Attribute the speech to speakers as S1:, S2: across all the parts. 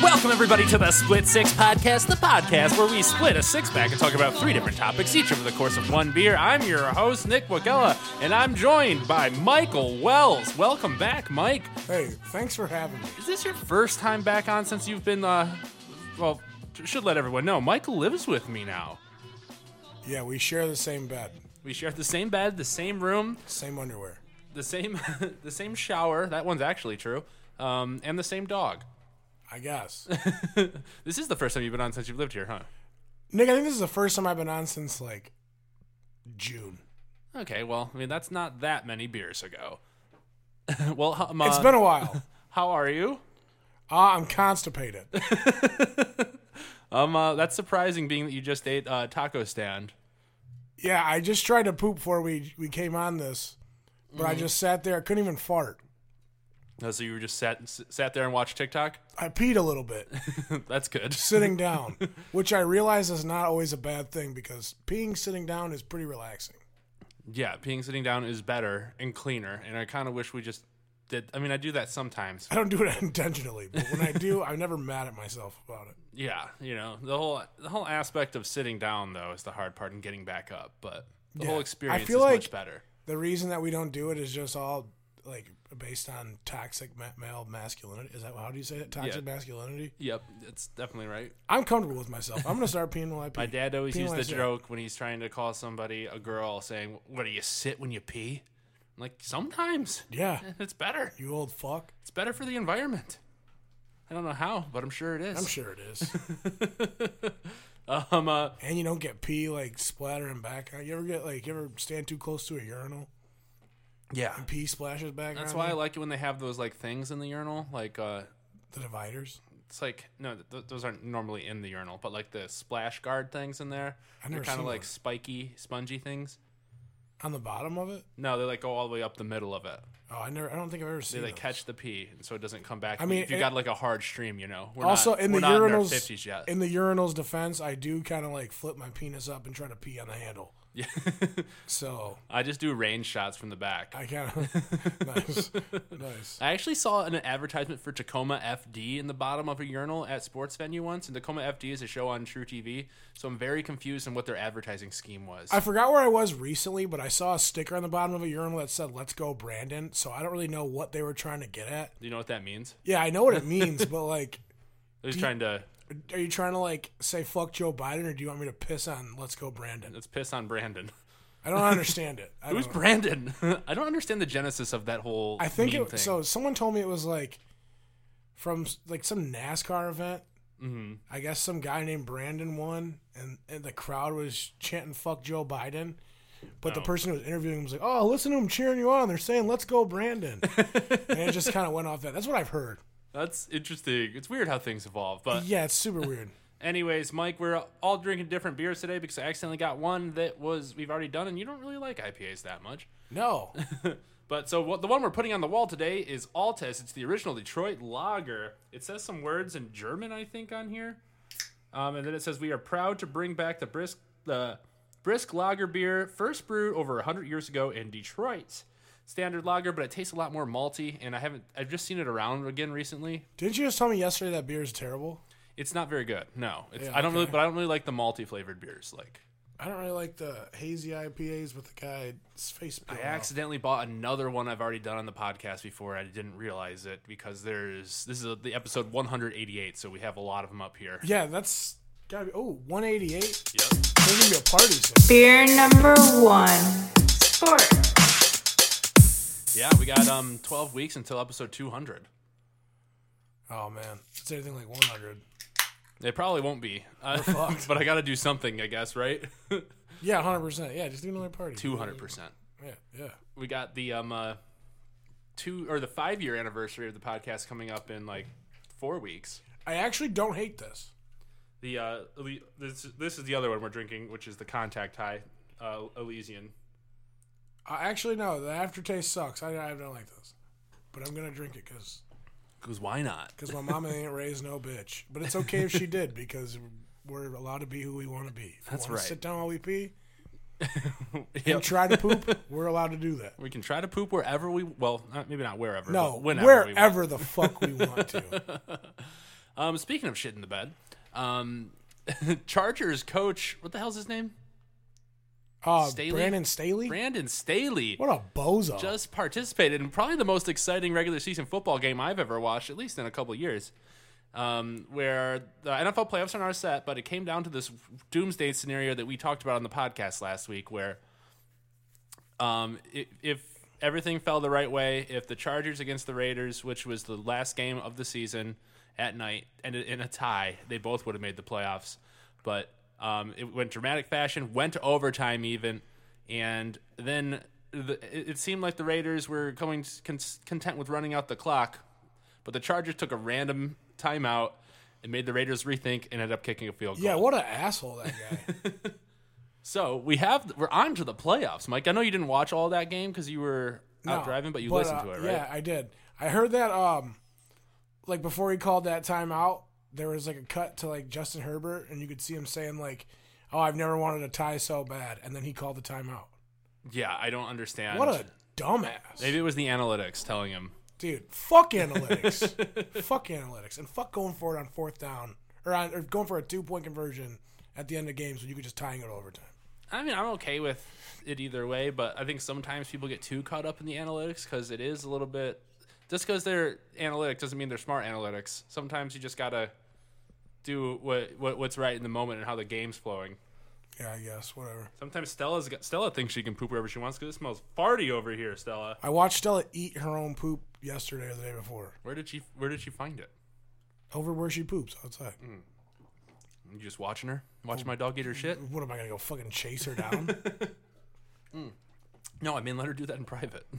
S1: Welcome, everybody, to the Split Six Podcast, the podcast where we split a six pack and talk about three different topics each over the course of one beer. I'm your host, Nick Wakella, and I'm joined by Michael Wells. Welcome back, Mike.
S2: Hey, thanks for having me.
S1: Is this your first time back on since you've been, uh, well, should let everyone know, Michael lives with me now.
S2: Yeah, we share the same bed,
S1: We share the same bed, the same room,
S2: same underwear.
S1: the same the same shower. That one's actually true. Um, and the same dog.
S2: I guess.
S1: This is the first time you've been on since you've lived here, huh?
S2: Nick, I think this is the first time I've been on since like June.
S1: Okay, well, I mean that's not that many beers ago. well, how, um, uh,
S2: It's been a while.
S1: how are you?
S2: Ah, I'm constipated.
S1: Um, uh, that's surprising, being that you just ate uh, taco stand.
S2: Yeah, I just tried to poop before we we came on this, but I just sat there. I couldn't even fart.
S1: Uh, so you were just sat s- sat there and watched TikTok.
S2: I peed a little bit
S1: that's good.
S2: sitting down, which I realize is not always a bad thing because peeing sitting down is pretty relaxing.
S1: Yeah, peeing sitting down is better and cleaner, and I kind of wish we just did. I mean, I do that sometimes.
S2: I don't do it intentionally, but when I do, I'm never mad at myself about it.
S1: Yeah, you know the whole the whole aspect of sitting down though is the hard part and getting back up, but the
S2: Yeah.
S1: whole
S2: I
S1: experience is
S2: feel
S1: much
S2: like-
S1: better.
S2: the reason that we don't do it is just all like based on toxic ma- male masculinity. Is that how do you say that? Toxic
S1: Yeah.
S2: masculinity.
S1: Yep, that's definitely right.
S2: I'm comfortable with myself. I'm gonna start peeing while I pee.
S1: My dad always
S2: Peeing
S1: used
S2: while I
S1: the
S2: sit.
S1: joke when he's trying to call somebody a girl, saying, "What do you sit when you pee?" I'm like, sometimes
S2: Yeah,
S1: it's better.
S2: you old fuck.
S1: It's better for the environment. I don't know how, but I'm sure it is.
S2: I'm sure it is.
S1: Um, uh,
S2: and you don't get pee like splattering back. on You ever get like you ever stand too close to a urinal?
S1: yeah,
S2: Pee splashes back.
S1: that's
S2: on
S1: why I
S2: you?
S1: like it when they have those like things in the urinal, like uh,
S2: the dividers.
S1: it's like no, th- those aren't normally in the urinal, but like the splash guard things in there.
S2: I've
S1: They're
S2: never
S1: kind of
S2: seen
S1: like
S2: one.
S1: spiky, spongy things.
S2: on the bottom of it.
S1: No, they like go all the way up the middle of it.
S2: Oh, I never. I don't think I've ever
S1: They
S2: seen.
S1: like
S2: those.
S1: catch the pee, and so it doesn't come back.
S2: I mean,
S1: if you
S2: it-
S1: got like a hard stream, you know. We're
S2: also,
S1: not,
S2: in
S1: we're
S2: the
S1: not in our
S2: urinals,
S1: fifties yet.
S2: in the urinals defense, I do kind of like flip my penis up and try to pee on the handle.
S1: Yeah.
S2: So
S1: I just do range shots from the back.
S2: I kind of nice, nice.
S1: I actually saw an advertisement for Tacoma FD in the bottom of a urinal at sports venue once, and Tacoma FD is a show on True TV. So I'm very confused on what their advertising scheme was.
S2: I forgot where I was recently, but I saw a sticker on the bottom of a urinal that said "Let's go, Brandon." So I don't really know what they were trying to get at.
S1: Do you know what that means?
S2: Yeah, I know what it means, but like,
S1: They're just trying to
S2: are you trying to like say "fuck Joe Biden" or do you want me to piss on "Let's go, Brandon"?
S1: let's piss on Brandon.
S2: I don't understand it. I
S1: Who's
S2: don't-
S1: Brandon? I don't understand the genesis of that whole.
S2: I think
S1: meme
S2: it,
S1: thing.
S2: so. Someone told me it was like from like some NASCAR event. Mm-hmm. I guess some guy named Brandon won, and, and the crowd was chanting "fuck Joe Biden," but
S1: Oh.
S2: the person who was interviewing him was like, "Oh, listen to him cheering you on. They're saying let's go Brandon," and it just kind of went off that. That's what I've heard.
S1: That's interesting. It's weird how things evolve, but
S2: Yeah, it's super weird.
S1: Anyways, Mike, we're all drinking different beers today because I accidentally got one that was we've already done, and you don't really like IPAs that much.
S2: No,
S1: But so what, the one we're putting on the wall today is Altes. It's the original Detroit Lager. It says some words in German, I think, on here, um, and then it says we are proud to bring back the brisk the brisk lager beer, first brewed over hundred years ago in Detroit. Standard lager, but it tastes a lot more malty, and I haven't. I've just seen it around again recently.
S2: didn't you just tell me yesterday that beer is terrible?
S1: It's not very good. No, it's,
S2: Yeah,
S1: I don't really.
S2: okay.
S1: But I don't really like the malty flavored beers. Like
S2: I don't really like the hazy IPAs with the guy's face.
S1: I
S2: peeling off.
S1: accidentally bought another one I've already done on the podcast before. I didn't realize it because there's this is uh the episode 188, so we have a lot of them up here.
S2: Yeah, that's gotta be. Oh, 188.
S1: Yep.
S2: There's gonna be a party soon.
S3: Beer number one. Sport.
S1: Yeah, we got um 12 weeks until episode 200.
S2: Oh man, if it's anything like 100.
S1: They probably won't be, uh, but I got to do something, I guess, right?
S2: Yeah, 100. percent Yeah, just do another party.
S1: 200 percent.
S2: Yeah, yeah.
S1: We got the um uh, two or the five year anniversary of the podcast coming up in like four weeks.
S2: I actually don't hate this.
S1: The uh, Ele- this this is the other one we're drinking, which is the Contact High uh, Elysian.
S2: I actually no, the aftertaste sucks. I, I don't like this, but I'm gonna drink it because
S1: Because why not?
S2: my mama ain't raised no bitch. But it's okay if she did because we're allowed to be who we want to be. If we
S1: That's
S2: wanna
S1: right.
S2: Sit down while we pee
S1: Yep.
S2: and try to poop. we're allowed to do that.
S1: We can try to poop wherever we well, not, maybe not wherever.
S2: No,
S1: but whenever. we want.
S2: wherever the fuck we want to.
S1: Um, speaking of shit in the bed, um, Chargers coach, what the hell's his name?
S2: Uh,
S1: Staley?
S2: Brandon Staley.
S1: Brandon Staley.
S2: what a bozo!
S1: just participated in probably the most exciting regular season football game I've ever watched, at least in a couple years. Um, where the NFL playoffs are not set, but it came down to this doomsday scenario that we talked about on the podcast last week, where um, if, if everything fell the right way, if the Chargers against the Raiders, which was the last game of the season at night, ended in a tie, they both would have made the playoffs. But um, it went dramatic fashion, went to overtime even, and then the, it it seemed like the Raiders were coming con- content with running out the clock, but the Chargers took a random timeout and made the Raiders rethink and ended up kicking a field goal.
S2: yeah, what an asshole that guy.
S1: So we have we're on to the playoffs, Mike. I know you didn't watch all that game because you were out
S2: No,
S1: driving, but you
S2: but,
S1: listened
S2: uh,
S1: to it, right?
S2: Yeah, I did. I heard that um like before he called that timeout, there was like a cut to like Justin Herbert and you could see him saying like, "Oh, I've never wanted a tie so bad." And then he called the timeout.
S1: Yeah, I don't understand.
S2: What a dumbass.
S1: Maybe it was the analytics telling him.
S2: Dude, fuck analytics. fuck analytics and fuck going for it on fourth down or on or going for a two-point conversion at the end of games when you could just tying it to overtime.
S1: I mean, I'm okay with it either way, but I think sometimes people get too caught up in the analytics because it is a little bit. Just because they're analytic doesn't mean they're smart analytics. Sometimes you just gotta do what, what what's right in the moment and how the game's flowing.
S2: Yeah, I guess, whatever.
S1: Sometimes Stella's got, Stella thinks she can poop wherever she wants because it smells farty over here. Stella,
S2: I watched Stella eat her own poop yesterday or the day before.
S1: where did she where did she find it?
S2: Over where she poops outside.
S1: You just watching her, watching my dog eat her shit.
S2: What am I gonna go fucking chase her down? Mm-hmm.
S1: No, I mean let her do that in private.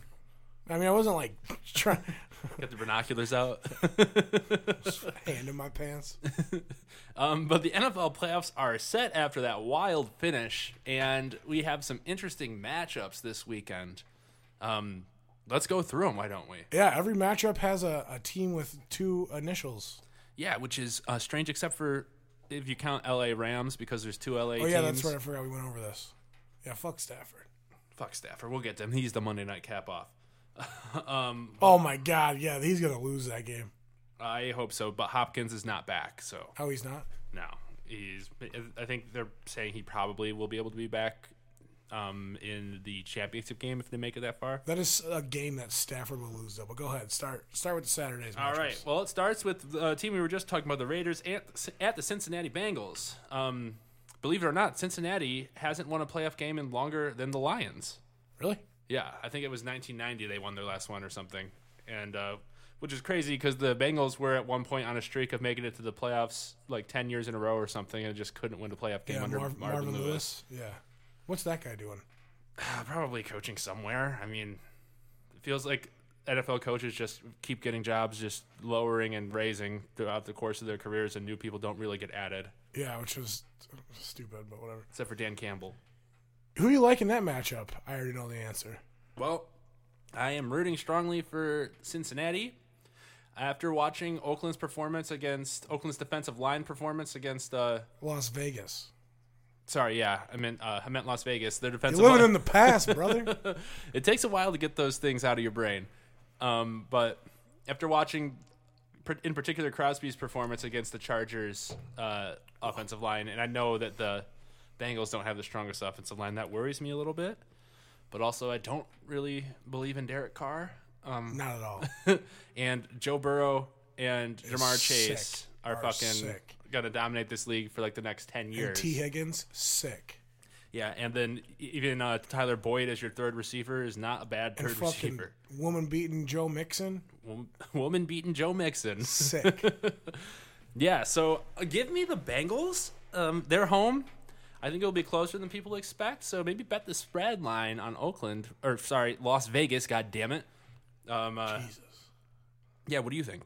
S2: I mean, I wasn't like trying
S1: Get the binoculars out.
S2: hand in my pants.
S1: Um, but the NFL playoffs are set after that wild finish, and we have some interesting matchups this weekend. Um, let's go through them, why don't we?
S2: Yeah, every matchup has a, a team with two initials.
S1: Yeah, which is uh, strange, except for if you count LA Rams because there's two LA
S2: Oh
S1: teams.
S2: yeah, that's right. I forgot we went over this. Yeah, fuck Stafford.
S1: Fuck Stafford. We'll get to him. He's the Monday night cap off. um,
S2: Oh my god, yeah, he's gonna lose that game.
S1: I hope so, but Hopkins is not back, so
S2: Oh, he's not.
S1: no. He's. I think they're saying he probably will be able to be back um, in the championship game if they make it that far.
S2: That is a game that Stafford will lose though. But go ahead, start start with the Saturdays.
S1: All
S2: matchups.
S1: right. Well, it starts with the uh, team we were just talking about, the Raiders at, at the Cincinnati Bengals. Um, believe it or not, Cincinnati hasn't won a playoff game in longer than the Lions.
S2: really?
S1: Yeah, I think it was 1990 they won their last one or something, and uh, which is crazy because the Bengals were at one point on a streak of making it to the playoffs like 10 years in a row or something, and just couldn't win a playoff game
S2: Yeah,
S1: under
S2: Marv-
S1: Marvin, Lewis.
S2: Yeah. What's that guy doing?
S1: Uh, Probably coaching somewhere. I mean, it feels like NFL coaches just keep getting jobs, just lowering and raising throughout the course of their careers, and new people don't really get added,
S2: Yeah, which was stupid, but whatever.
S1: except for Dan Campbell.
S2: Who you like in that matchup? I already know the answer.
S1: Well, I am rooting strongly for Cincinnati. After watching Oakland's performance against Oakland's defensive line performance against, uh,
S2: Las Vegas.
S1: sorry, yeah, I meant uh, I meant Las Vegas. Their defensive
S2: You're living
S1: line.
S2: in the past, brother.
S1: it takes a while to get those things out of your brain. Um, but after watching, pr- in particular, Crosby's performance against the Chargers uh, offensive line, and I know that the Bengals don't have the strongest offensive line, that worries me a little bit. But also, I don't really believe in Derek Carr. Um,
S2: Not at all.
S1: and Joe Burrow and Jamar Chase
S2: sick.
S1: are,
S2: Are
S1: fucking
S2: sick.
S1: going to dominate this league for like the next 10
S2: And
S1: years.
S2: T. Higgins, sick.
S1: yeah, and then e- even uh, Tyler Boyd as your third receiver is not a bad
S2: And
S1: third
S2: fucking
S1: receiver.
S2: woman beating Joe Mixon,
S1: Wom- Woman beating Joe Mixon.
S2: sick.
S1: Yeah, so uh, give me the Bengals. Um, they're home. I think it'll be closer than people expect. So maybe bet the spread line on Oakland or sorry, Las Vegas. God damn it. Um, uh,
S2: Jesus.
S1: yeah, what do you think?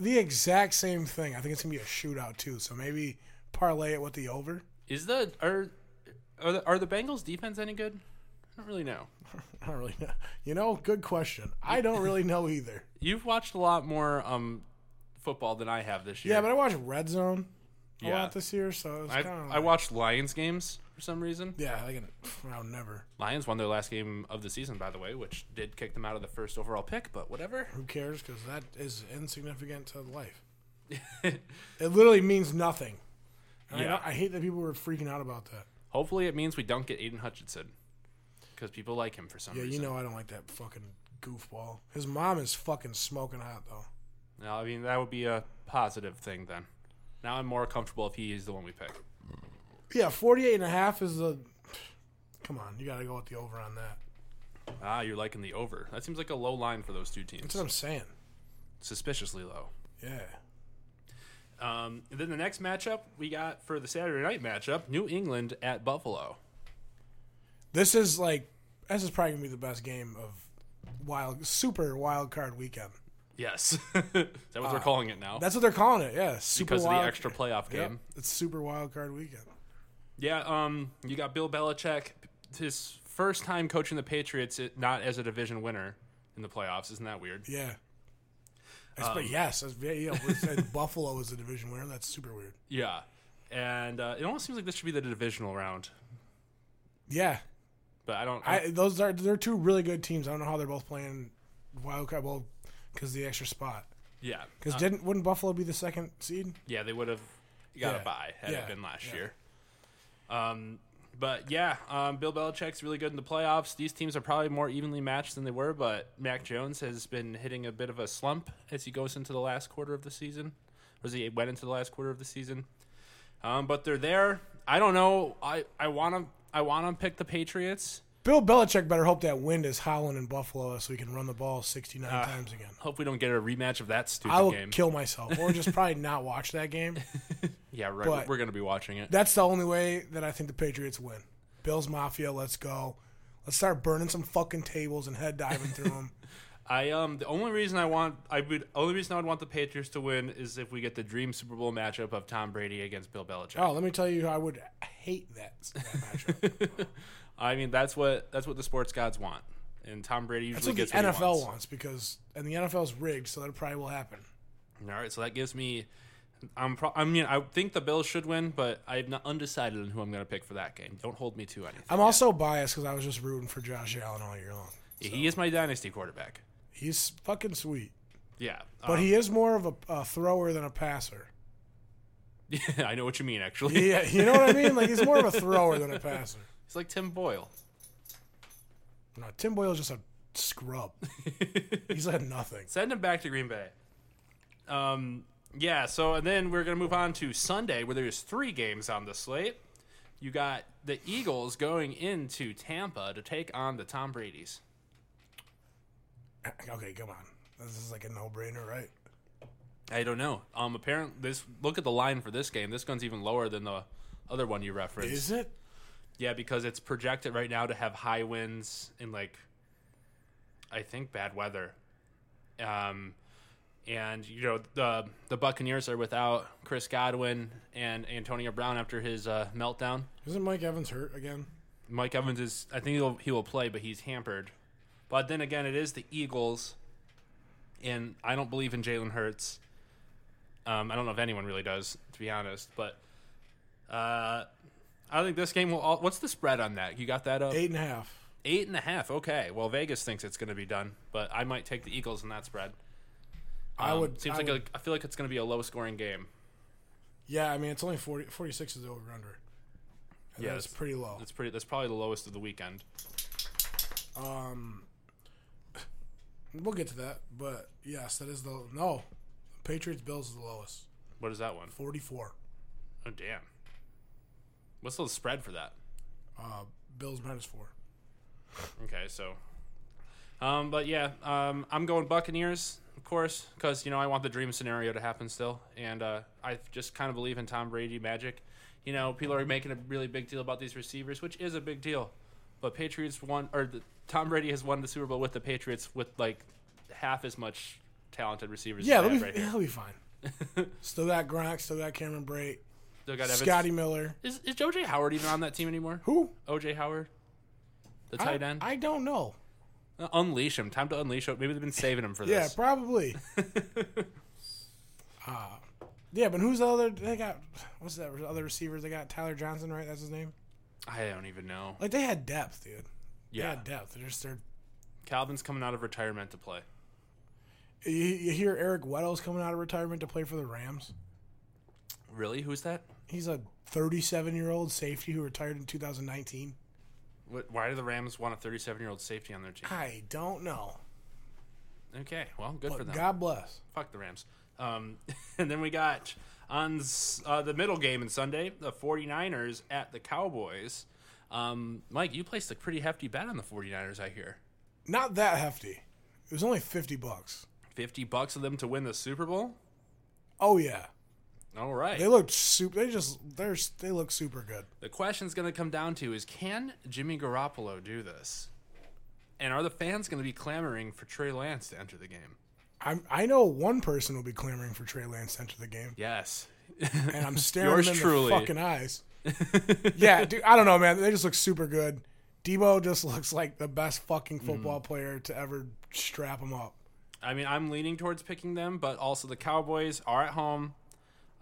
S2: The exact same thing. I think it's gonna be a shootout too. So maybe parlay it with the over.
S1: Is the are are the, are the Bengals defense any good? I don't really know.
S2: I don't really know. You know, good question. I don't really know either.
S1: You've watched a lot more um, football than I have this year.
S2: Yeah, but I watched Red Zone a
S1: Yeah.
S2: lot this year, so it's
S1: I,
S2: kind of.
S1: I watched Lions games for some reason.
S2: Yeah, I can. I'll never.
S1: Lions won their last game of the season, by the way, which did kick them out of the first overall pick. But whatever.
S2: Who cares? Because that is insignificant to life. It literally means nothing. And I
S1: Yeah.
S2: know- I, hate that people were freaking out about that.
S1: Hopefully, it means we don't get Aiden Hutchinson because people like him for some
S2: Yeah,
S1: reason.
S2: you know I don't like that fucking goofball. His mom is fucking smoking hot though.
S1: No, I mean that would be a positive thing then. Now I'm more comfortable if he is the one we pick.
S2: Yeah, 48 and a half is the Come on, you got to go with the over on that.
S1: Ah, you're liking the over. That seems like a low line for those two teams.
S2: That's what I'm saying.
S1: Suspiciously low.
S2: Yeah.
S1: Um, and then the next matchup we got for the Saturday night matchup: New England at Buffalo.
S2: This is like this is probably going to be the best game of wild super wild card weekend.
S1: Yes, is that what they're calling it now?
S2: Ah. That's what they're calling it. Yeah, super
S1: Because of the
S2: wild,
S1: extra playoff
S2: Yep,
S1: game.
S2: it's super wild card weekend.
S1: Yeah, um, you got Bill Belichick, his first time coaching the Patriots, it- not as a division winner in the playoffs. Isn't that weird?
S2: Yeah. That's,
S1: Um,
S2: but yes, that's, yeah, yeah, we said Buffalo is a division winner. That's super weird.
S1: Yeah, and uh, it almost seems like this should be the divisional round,
S2: Yeah,
S1: but I don't.
S2: I those are they're two really good teams. I don't know how they're both playing wild card well because the extra spot.
S1: yeah,
S2: Because didn't wouldn't Buffalo be the second seed?
S1: yeah, they would have got
S2: Yeah,
S1: a bye had
S2: yeah,
S1: it been last
S2: yeah.
S1: year. Um, but yeah, um, Bill Belichick's really good in the playoffs. These teams are probably more evenly matched than they were, but Mac Jones has been hitting a bit of a slump as he goes into the last quarter of the season, or as he went into the last quarter of the season. Um, but they're there. I don't know. I I want to I want to pick the Patriots.
S2: Bill Belichick better hope that wind is howling in Buffalo so he can run the ball sixty nine times again.
S1: Hope we don't get Ah, a rematch of that stupid
S2: I will
S1: game.
S2: kill myself or just probably not watch that game.
S1: yeah, right.
S2: but-
S1: we're gonna be watching it.
S2: That's the only way that I think the Patriots win. Bills Mafia, let's go. Let's start burning some fucking tables and head diving through them.
S1: I um the only reason I want I would only reason I would want the Patriots to win is if we get the dream Super Bowl matchup of Tom Brady against Bill Belichick.
S2: Oh, let me tell you, I would hate that, that matchup.
S1: I mean that's what that's what the sports gods want, and Tom Brady
S2: That's
S1: usually
S2: what the
S1: gets what
S2: NFL
S1: he wants.
S2: wants. because and the NFL's rigged, so that probably will happen.
S1: All right, so that gives me. I'm pro- I mean I think the Bills should win, but I'm not undecided on who I'm going to pick for that game. Don't hold me to anything.
S2: I'm also biased because I was just rooting for Josh Allen all year long.
S1: He is my dynasty quarterback.
S2: He's fucking sweet,
S1: Yeah,
S2: but
S1: Um,
S2: he is more of a, a thrower than a passer.
S1: yeah, I know what you mean. Actually,
S2: Yeah, you know what I mean. Like he's more of a thrower than a passer.
S1: he's like Tim Boyle.
S2: No, Tim Boyle's just a scrub. He's had nothing.
S1: Send him back to Green Bay. Um, yeah, so and then we're going to move on to Sunday where there's three games on the slate. You got the Eagles going into Tampa to take on the Tom Brady's.
S2: Okay, come on. This is like a no-brainer, right?
S1: I don't know. Um apparently this look at the line for this game. This one's even lower than the other one you referenced.
S2: Is it?
S1: yeah, because it's projected right now to have high winds and like I think bad weather. Um and you know the the Buccaneers are without Chris Godwin and Antonio Brown after his uh, meltdown.
S2: Isn't Mike Evans hurt again?
S1: Mike Evans is I think he'll he will play, but he's hampered. But then again, it is the Eagles, and I don't believe in Jalen Hurts. Um, I don't know if anyone really does, to be honest. But uh, I think this game will. All, what's the spread on that? You got that up
S2: Eight and a half.
S1: Eight and a half. Okay. Well, Vegas thinks it's going to be done, but I might take the Eagles in that spread.
S2: I
S1: Um,
S2: would.
S1: Seems
S2: I
S1: like
S2: would-
S1: a, I feel like it's going to be a low scoring game.
S2: yeah. I mean, it's only 40, 46 is the over/under. And
S1: Yeah,
S2: that's
S1: it's-
S2: pretty low.
S1: That's pretty. That's probably the lowest of the weekend.
S2: We'll get to that, but yes, that is the no. Patriots Bills is the lowest,
S1: What is that one?
S2: forty four.
S1: Oh damn. What's the spread for that?
S2: Uh, Bills minus four.
S1: Okay, so, um, but yeah, um, I'm going Buccaneers, of course, because you know I want the dream scenario to happen still, and uh, I just kind of believe in Tom Brady magic. You know, people are making a really big deal about these receivers, which is a big deal, but Patriots won, or the, Tom Brady has won the Super Bowl with the Patriots with like half as much talented receivers.
S2: Yeah,
S1: as
S2: they'll
S1: they
S2: be,
S1: have right
S2: yeah,
S1: here.
S2: they'll be fine. still got Gronk, still got Cameron Bray,
S1: Still got Evans.
S2: Scotty Miller.
S1: Is, is OJ Howard even on that team anymore?
S2: Who?
S1: OJ Howard, the
S2: I,
S1: tight end. Uh,
S2: I don't know.
S1: unleash him. Time to unleash him. Maybe they've been saving him for
S2: Yeah,
S1: this.
S2: probably. uh, yeah, but who's the other? They got what's that other receiver? They got Tyler Johnson, right? That's his name.
S1: I don't even know.
S2: Like they had depth, dude. They
S1: Yeah.
S2: had depth. They're just they're
S1: Calvin's coming out of retirement to play.
S2: You, you hear Eric Weddle's coming out of retirement to play for the Rams.
S1: Really? Who's that?
S2: He's a 37 year old safety who retired in 2019.
S1: What, why do the Rams want a 37 year old safety on their team?
S2: I don't know,
S1: Okay, well, good for
S2: but
S1: them.
S2: God bless.
S1: Fuck the Rams. Um, and then we got on s- uh, the middle game on Sunday, the 49ers at the Cowboys. Um, Mike, you placed a pretty hefty bet on the 49ers, I hear.
S2: Not that hefty. It was only 50 bucks.
S1: 50 bucks of them to win the Super Bowl?
S2: Oh yeah,
S1: All right.
S2: they looked super. They just they're they look super good.
S1: The question's going to come down to is can Jimmy Garoppolo do this? And are the fans going to be clamoring for Trey Lance to enter the game?
S2: I'm, I know one person will be clamoring for Trey Lance to enter the game,
S1: Yes.
S2: and I'm staring
S1: Yours
S2: him in
S1: truly.
S2: the fucking eyes. yeah, dude, I don't know, man. They just look super good. Debo just looks like the best fucking
S1: Mm.
S2: football player to ever strap him up.
S1: I mean, I'm leaning towards picking them, but also the Cowboys are at home.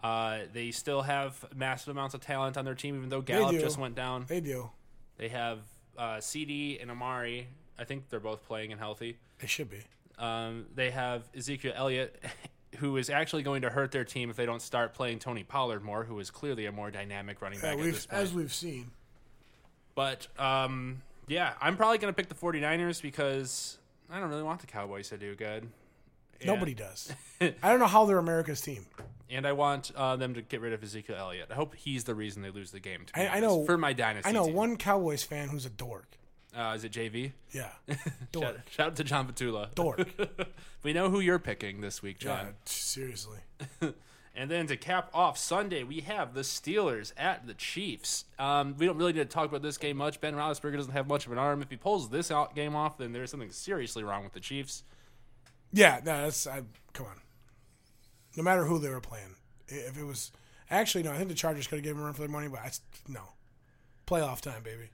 S1: Uh, they still have massive amounts of talent on their team, even though Gallup
S2: do.
S1: just went down.
S2: They do.
S1: They have uh, CD and Amari. I think they're both playing and healthy.
S2: They should be.
S1: Um, they have Ezekiel Elliott, who is actually going to hurt their team if they don't start playing Tony Pollard more, who is clearly a more dynamic running
S2: Yeah,
S1: back at
S2: we've,
S1: this point.
S2: as we've seen.
S1: But um, yeah, I'm probably going to pick the 49ers because I don't really want the Cowboys to do good. And-
S2: Nobody does. I don't know how they're America's team.
S1: And I want uh, them to get rid of Ezekiel Elliott. I hope he's the reason they lose the game. To be
S2: I- I
S1: honest,
S2: know-
S1: for my dynasty.
S2: I know
S1: team.
S2: one Cowboys fan who's a dork.
S1: Uh, is it JV?
S2: Yeah,
S1: Shout,
S2: dork,
S1: shout out to John Petula.
S2: dork.
S1: We know who you're picking this week, John.
S2: Yeah, t- seriously.
S1: And then to cap off Sunday, we have the Steelers at the Chiefs. Um, we don't really need to talk about this game much. Ben Roethlisberger doesn't have much of an arm. If he pulls this out game off, then there's something seriously wrong with the Chiefs.
S2: Yeah, no, that's I. Come on. No matter who they were playing, I- if it was actually no, I think the Chargers could have given them a run for their money, but I s no. Playoff time, baby.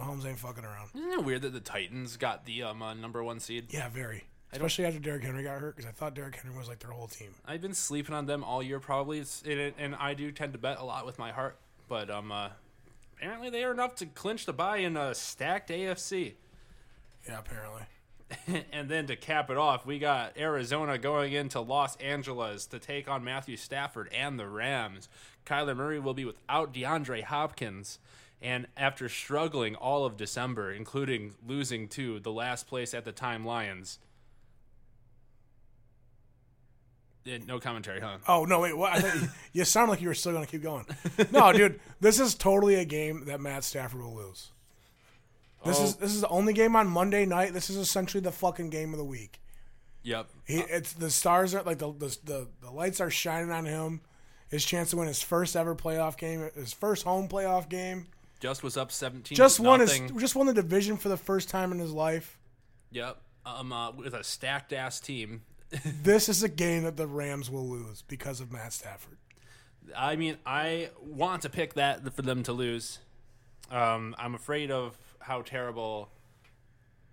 S2: Mahomes ain't fucking around.
S1: Isn't it weird that the Titans got the um, uh, number one seed?
S2: Yeah, very. Especially after Derrick Henry got hurt, because I thought Derrick Henry was like their whole team.
S1: I've been sleeping on them all year, probably, it's, and, it- and I do tend to bet a lot with my heart. But um, uh, apparently, they are enough to clinch the bye in a stacked AFC.
S2: Yeah, apparently.
S1: And then to cap it off, we got Arizona going into Los Angeles to take on Matthew Stafford and the Rams. Kyler Murray will be without DeAndre Hopkins. And after struggling all of December, including losing to the last place at the time Lions. Eh, No commentary, huh?
S2: Oh no, wait. What? I thought you, you sound like you were still gonna keep going. No, dude, this is totally a game that Matt Stafford will lose. This is
S1: Oh.
S2: this is the only game on Monday night. This is essentially the fucking game of the week.
S1: Yep.
S2: He, it's the stars are like the, the the the lights are shining on him. His chance to win his first ever playoff game, his first home playoff game.
S1: Just was up 17.
S2: Just won his,
S1: nothing.
S2: just won the division for the first time in his life.
S1: Yep. Um, uh, with a stacked ass team.
S2: This is a game that the Rams will lose because of Matt Stafford.
S1: I mean, I want to pick that for them to lose. Um, I'm afraid of how terrible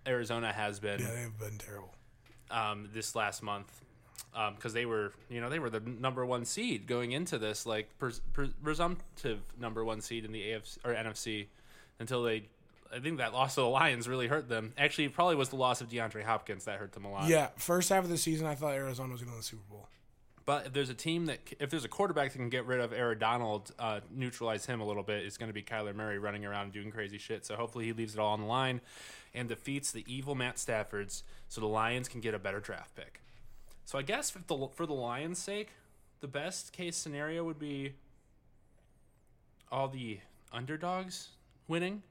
S1: Arizona has been
S2: Yeah, they've been terrible.
S1: um, this last month because they were, you know, they were the number one seed going into this, like pres- pres- presumptive number one seed in the AFC or NFC until they. I think that loss to the Lions really hurt them. Actually, it probably was the loss of DeAndre Hopkins that hurt them a lot.
S2: Yeah, first half of the season, I thought Arizona was going to win the Super Bowl.
S1: But if there's a team that, if there's a quarterback that can get rid of Aaron Donald, uh, neutralize him a little bit, it's going to be Kyler Murray running around and doing crazy shit. So hopefully he leaves it all on the line and defeats the evil Matt Stafford's so the Lions can get a better draft pick. So I guess if the, for the Lions' sake, the best case scenario would be all the underdogs winning,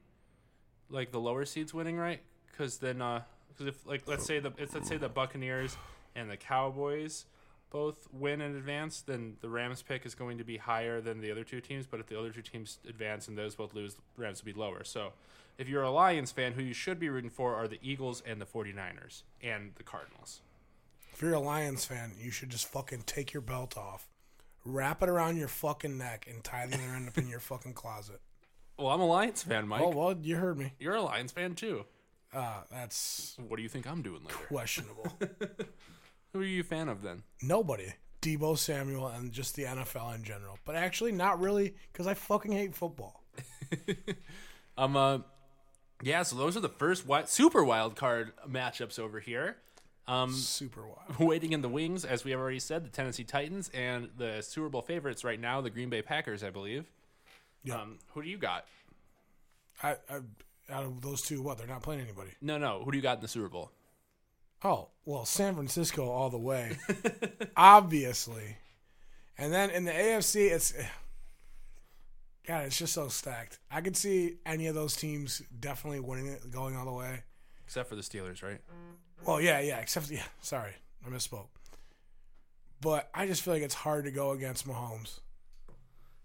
S1: like the lower seeds winning, right? Because then, because if like let's say the it's, let's say the Buccaneers and the Cowboys both win in advance, then the Rams pick is going to be higher than the other two teams. But if the other two teams advance and those both lose, the Rams will be lower. So if you're a Lions fan, who you should be rooting for are the Eagles and the 49ers and the Cardinals.
S2: If you're a Lions fan, you should just fucking take your belt off, wrap it around your fucking neck, and tie the other end up in your fucking closet.
S1: Well, I'm a Lions fan, Mike.
S2: Oh well, you heard me.
S1: you're a Lions fan too.
S2: Uh, that's
S1: What do you think I'm doing later?
S2: questionable.
S1: Who are you a fan of then?
S2: nobody. Debo Samuel and just the NFL in general. But actually, not really, because I fucking hate football.
S1: Um, uh, yeah, so those are the first wi- super wild card matchups over here. Um,
S2: Super wild.
S1: waiting in the wings, as we have already said, the Tennessee Titans and the Super Bowl favorites right now, the Green Bay Packers, I believe.
S2: Yeah.
S1: Um, who do you got?
S2: I, I out of those two, what they're not playing anybody.
S1: No, no. Who do you got in the Super Bowl?
S2: Oh well, San Francisco all the way, obviously. And then in the AFC, it's God, it's just so stacked. I could see any of those teams definitely winning it, going all the way.
S1: Except for the Steelers, right?
S2: Well, yeah, yeah. Except, yeah. Sorry, I misspoke. But I just feel like it's hard to go against Mahomes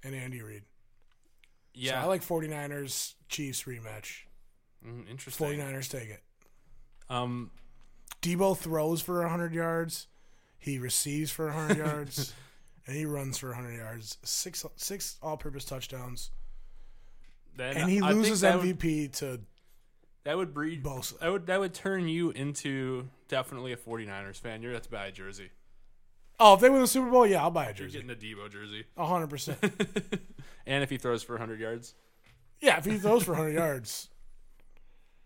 S2: and Andy Reid.
S1: Yeah.
S2: So I like 49ers Chiefs rematch.
S1: Mhm, interesting.
S2: 49ers take it.
S1: Um,
S2: Debo throws for 100 yards. He receives for 100 yards. And he runs for 100 yards. Six six all purpose touchdowns.
S1: then
S2: And, he
S1: I think
S2: loses
S1: that would-
S2: MVP to
S1: That would breed
S2: Bosa.
S1: That would that would turn you into definitely a 49ers fan. You're that's buy a jersey.
S2: Oh, if they win the Super Bowl, yeah, I'll buy a
S1: You're
S2: jersey.
S1: getting a Debo jersey.
S2: 100%.
S1: and if he throws for 100 yards,
S2: yeah, if he throws for 100 yards.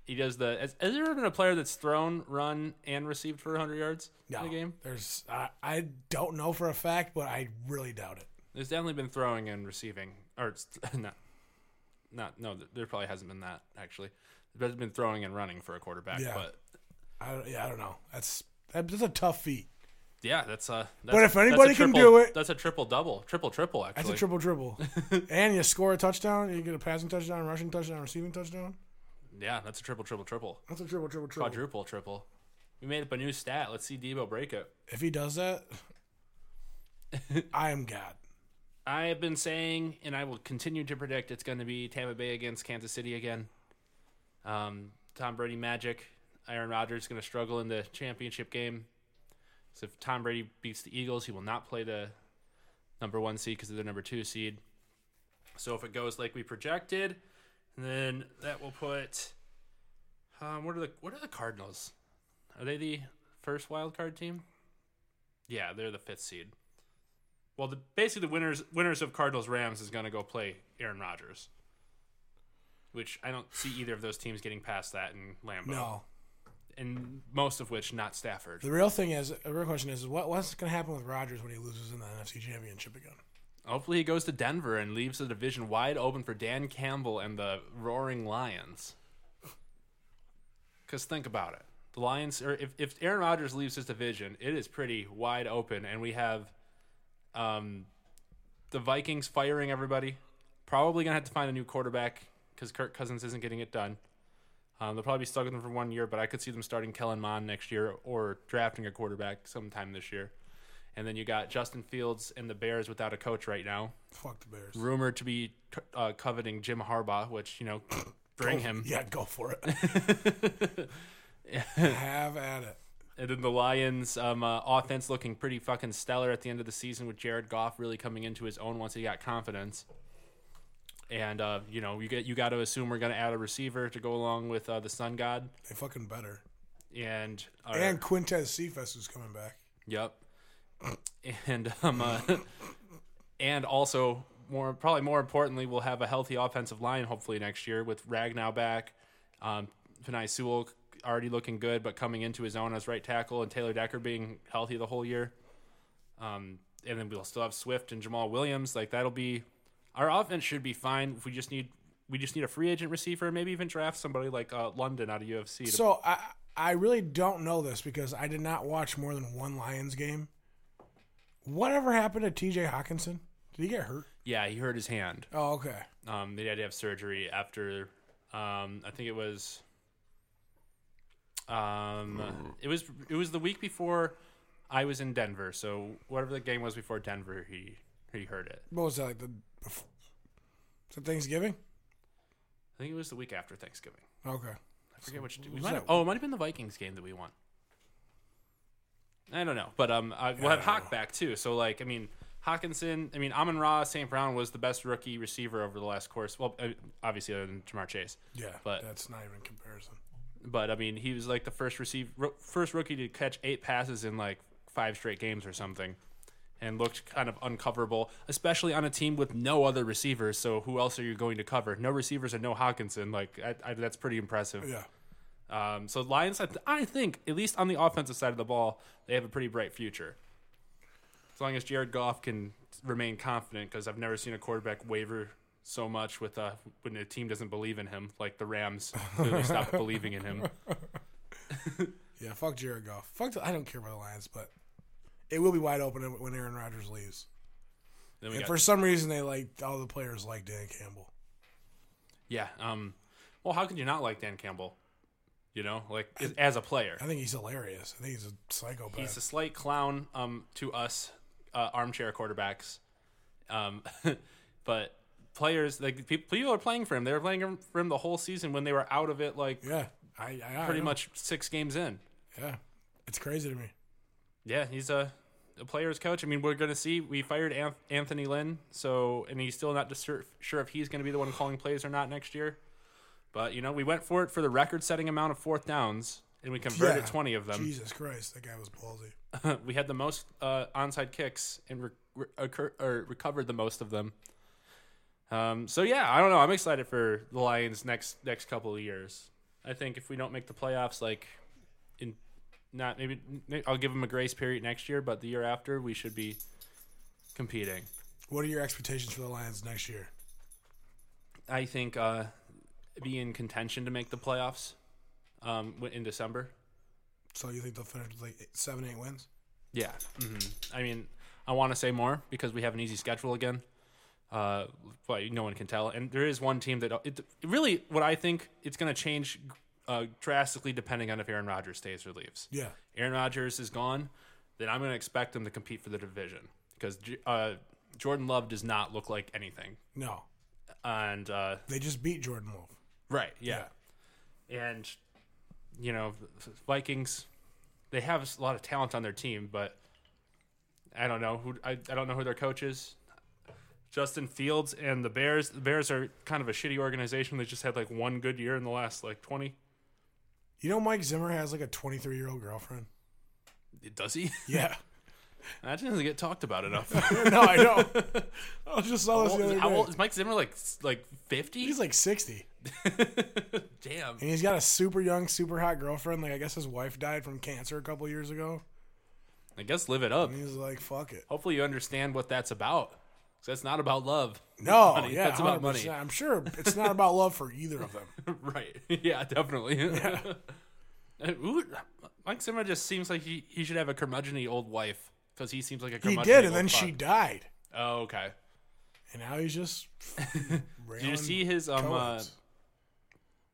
S1: he does the. Has, has there ever been a player that's thrown, run, and received for 100 yards
S2: No.
S1: in a game?
S2: There's I, I don't know for a fact, but I really doubt it.
S1: There's definitely been throwing and receiving, or it's not, not no. There probably hasn't been that actually. There's been throwing and running for a quarterback,
S2: Yeah.
S1: but
S2: I don't, yeah, I don't know. That's that's a tough feat.
S1: yeah, that's a. That's,
S2: But if anybody
S1: that's a
S2: can
S1: triple-
S2: do it-
S1: that's a triple double, triple triple actually.
S2: That's a triple dribble, and you score a touchdown. You get a passing touchdown, rushing touchdown, receiving touchdown.
S1: yeah, that's a triple triple triple.
S2: That's a triple, triple, triple.
S1: quadruple triple. We made up a new stat. Let's see Debo break it.
S2: If he does that, I am God.
S1: I have been saying, and I will continue to predict, it's going to be Tampa Bay against Kansas City again. Um, Tom Brady magic. Aaron Rodgers is going to struggle in the championship game. So if Tom Brady beats the Eagles, he will not play the number one seed because they're the number two seed. So if it goes like we projected, then that will put. Um, what are the what are the Cardinals? Are they the first wild card team? Yeah, they're the fifth seed. Well, the, basically, the winners winners of Cardinals Rams is going to go play Aaron Rodgers, which I don't see either of those teams getting past that in Lambeau,
S2: No,
S1: and most of which not Stafford.
S2: the real thing is, the real question is, what what's going to happen with Rodgers when he loses in the NFC Championship again?
S1: Hopefully, he goes to Denver and leaves the division wide open for Dan Campbell and the Roaring Lions. Because think about it. The Lions, or if, if Aaron Rodgers leaves his division, it is pretty wide open. And we have um, the Vikings firing everybody. Probably going to have to find a new quarterback because Kirk Cousins isn't getting it done. Um, they'll probably be stuck with him for one year, but I could see them starting Kellen Mond next year or drafting a quarterback sometime this year. And then you got Justin Fields and the Bears without a coach right now,
S2: Fuck the Bears.
S1: rumored to be uh, coveting Jim Harbaugh, which you know, bring him.
S2: Oh, Yeah, go for it. Have at it.
S1: And then the Lions' um, uh, offense looking pretty fucking stellar at the end of the season with Jared Goff really coming into his own once he got confidence. And uh, you know, you get you got to assume we're going to add a receiver to go along with uh, the Sun God
S2: They fucking better.
S1: and our,
S2: And Quintez Cephas is coming back.
S1: Yep. And um, uh, and also more probably more importantly, we'll have a healthy offensive line hopefully next year with Ragnow back, um, Panay Sewell already looking good but coming into his own as right tackle, and Taylor Decker being healthy the whole year. Um, and then we'll still have Swift and Jamal Williams. Like that'll be our offense should be fine. If we just need we just need a free agent receiver, maybe even draft somebody like uh, London out of UFC. To,
S2: So I I really don't know this because I did not watch more than one Lions game. Whatever happened to T.J. Hawkinson? Did he get hurt?
S1: yeah, he hurt his hand.
S2: Oh, okay.
S1: um, they had to have surgery after um, I think it was um, it was it was the week before I was in Denver. So whatever the game was before Denver, he he heard it.
S2: What was that like the? bef- So Thanksgiving?
S1: I think it was the week after Thanksgiving.
S2: Okay.
S1: I forget which. We
S2: was
S1: might
S2: that?
S1: have, oh, it might have been the Vikings game that we won. I don't know, but um, I, we'll have Hawk back too. So like, I mean, Hawkinson. I mean, Amon Ra St. Brown was the best rookie receiver over the last course. Well, uh, obviously other than Jamar Chase.
S2: Yeah,
S1: But-
S2: that's not even comparison.
S1: But I mean, he was like the first receive ro- first rookie to catch eight passes in like five straight games or something, and looked kind of uncoverable, especially on a team with no other receivers. So who else are you going to cover? No receivers and no Hawkinson. Like I, I, that's pretty impressive.
S2: Yeah,
S1: Um, so Lions, I, th- I think, at least on the offensive side of the ball, they have a pretty bright future. As long as Jared Goff can remain confident, because I've never seen a quarterback waver so much with uh, when a team doesn't believe in him, like the Rams clearly stopped believing in him.
S2: Yeah, fuck Jared Goff. Fuck. The, I don't care about the Lions, but it will be wide open when Aaron Rodgers leaves.
S1: Then we
S2: And
S1: got,
S2: for some reason, they like all the players like Dan Campbell.
S1: yeah. Um, well, how could you not like Dan Campbell? You know, like as- as a player,
S2: I think he's hilarious. I think he's a psychopath.
S1: he's a slight clown um, to us uh, armchair quarterbacks. Um, but players, like people, people are playing for him. They were playing him- for him the whole season when they were out of it, like
S2: yeah, I, I, I
S1: pretty
S2: know.
S1: much six games in.
S2: Yeah, it's crazy to me.
S1: Yeah, he's a, a player's coach. I mean, we're going to see. We fired Anth- Anthony Lynn, so and he's still not dis- sure, sure if he's going to be the one calling plays or not next year. But you know, we went for it for the record-setting amount of fourth downs, and we converted
S2: Yeah.
S1: twenty of them.
S2: Jesus Christ, that guy was ballsy.
S1: we had the most uh, onside kicks and re- re- occur- or recovered the most of them. Um, so yeah, I don't know. I'm excited for the Lions next next couple of years. I think if we don't make the playoffs, like in not maybe may- I'll give them a grace period next year, but the year after we should be competing.
S2: What are your expectations for the Lions next year?
S1: I think uh, be in contention to make the playoffs um, w- in December.
S2: So you think they'll finish with like eight, seven, eight wins?
S1: Yeah. hmm I mean, I want to say more because we have an easy schedule again. Uh, but no one can tell. And there is one team that uh, it, really what I think it's going to change uh, drastically depending on if Aaron Rodgers stays or leaves.
S2: Yeah,
S1: Aaron Rodgers is gone, then I'm going to expect them to compete for the division because J- uh, Jordan Love does not look like anything.
S2: no,
S1: And uh,
S2: they just beat Jordan Love.
S1: right, yeah. And you know, Vikings, they have a lot of talent on their team, but I don't know who I, I don't know who their coach is. Justin Fields and the Bears. The Bears are kind of a shitty organization. They just had like one good year in the last like twenty.
S2: You know, Mike Zimmer has like a 23 year old girlfriend.
S1: Does he?
S2: Yeah,
S1: That doesn't get talked about enough.
S2: no, I know. I just saw this the other
S1: How
S2: day.
S1: old is Mike Zimmer? Like s- like fifty?
S2: He's like 60,
S1: Damn.
S2: and he's got a super young, super hot girlfriend. Like I guess his wife died from cancer a couple years ago.
S1: I guess live it up.
S2: And he's like, "Fuck it."
S1: Hopefully you understand what that's about. 'Cause That's not about love.
S2: No,
S1: Money.
S2: yeah,
S1: That's about
S2: 100%.
S1: money.
S2: I'm sure it's not about love for either of them.
S1: Right. Yeah, definitely. Uh, ooh, Mike Zimmer just seems like he, he should have a curmudgeony old wife because he seems like a
S2: He
S1: curmudgeon.
S2: did, and then she died,
S1: Oh, okay.
S2: and now he's just.
S1: Did you see his um uh,
S2: co-ops.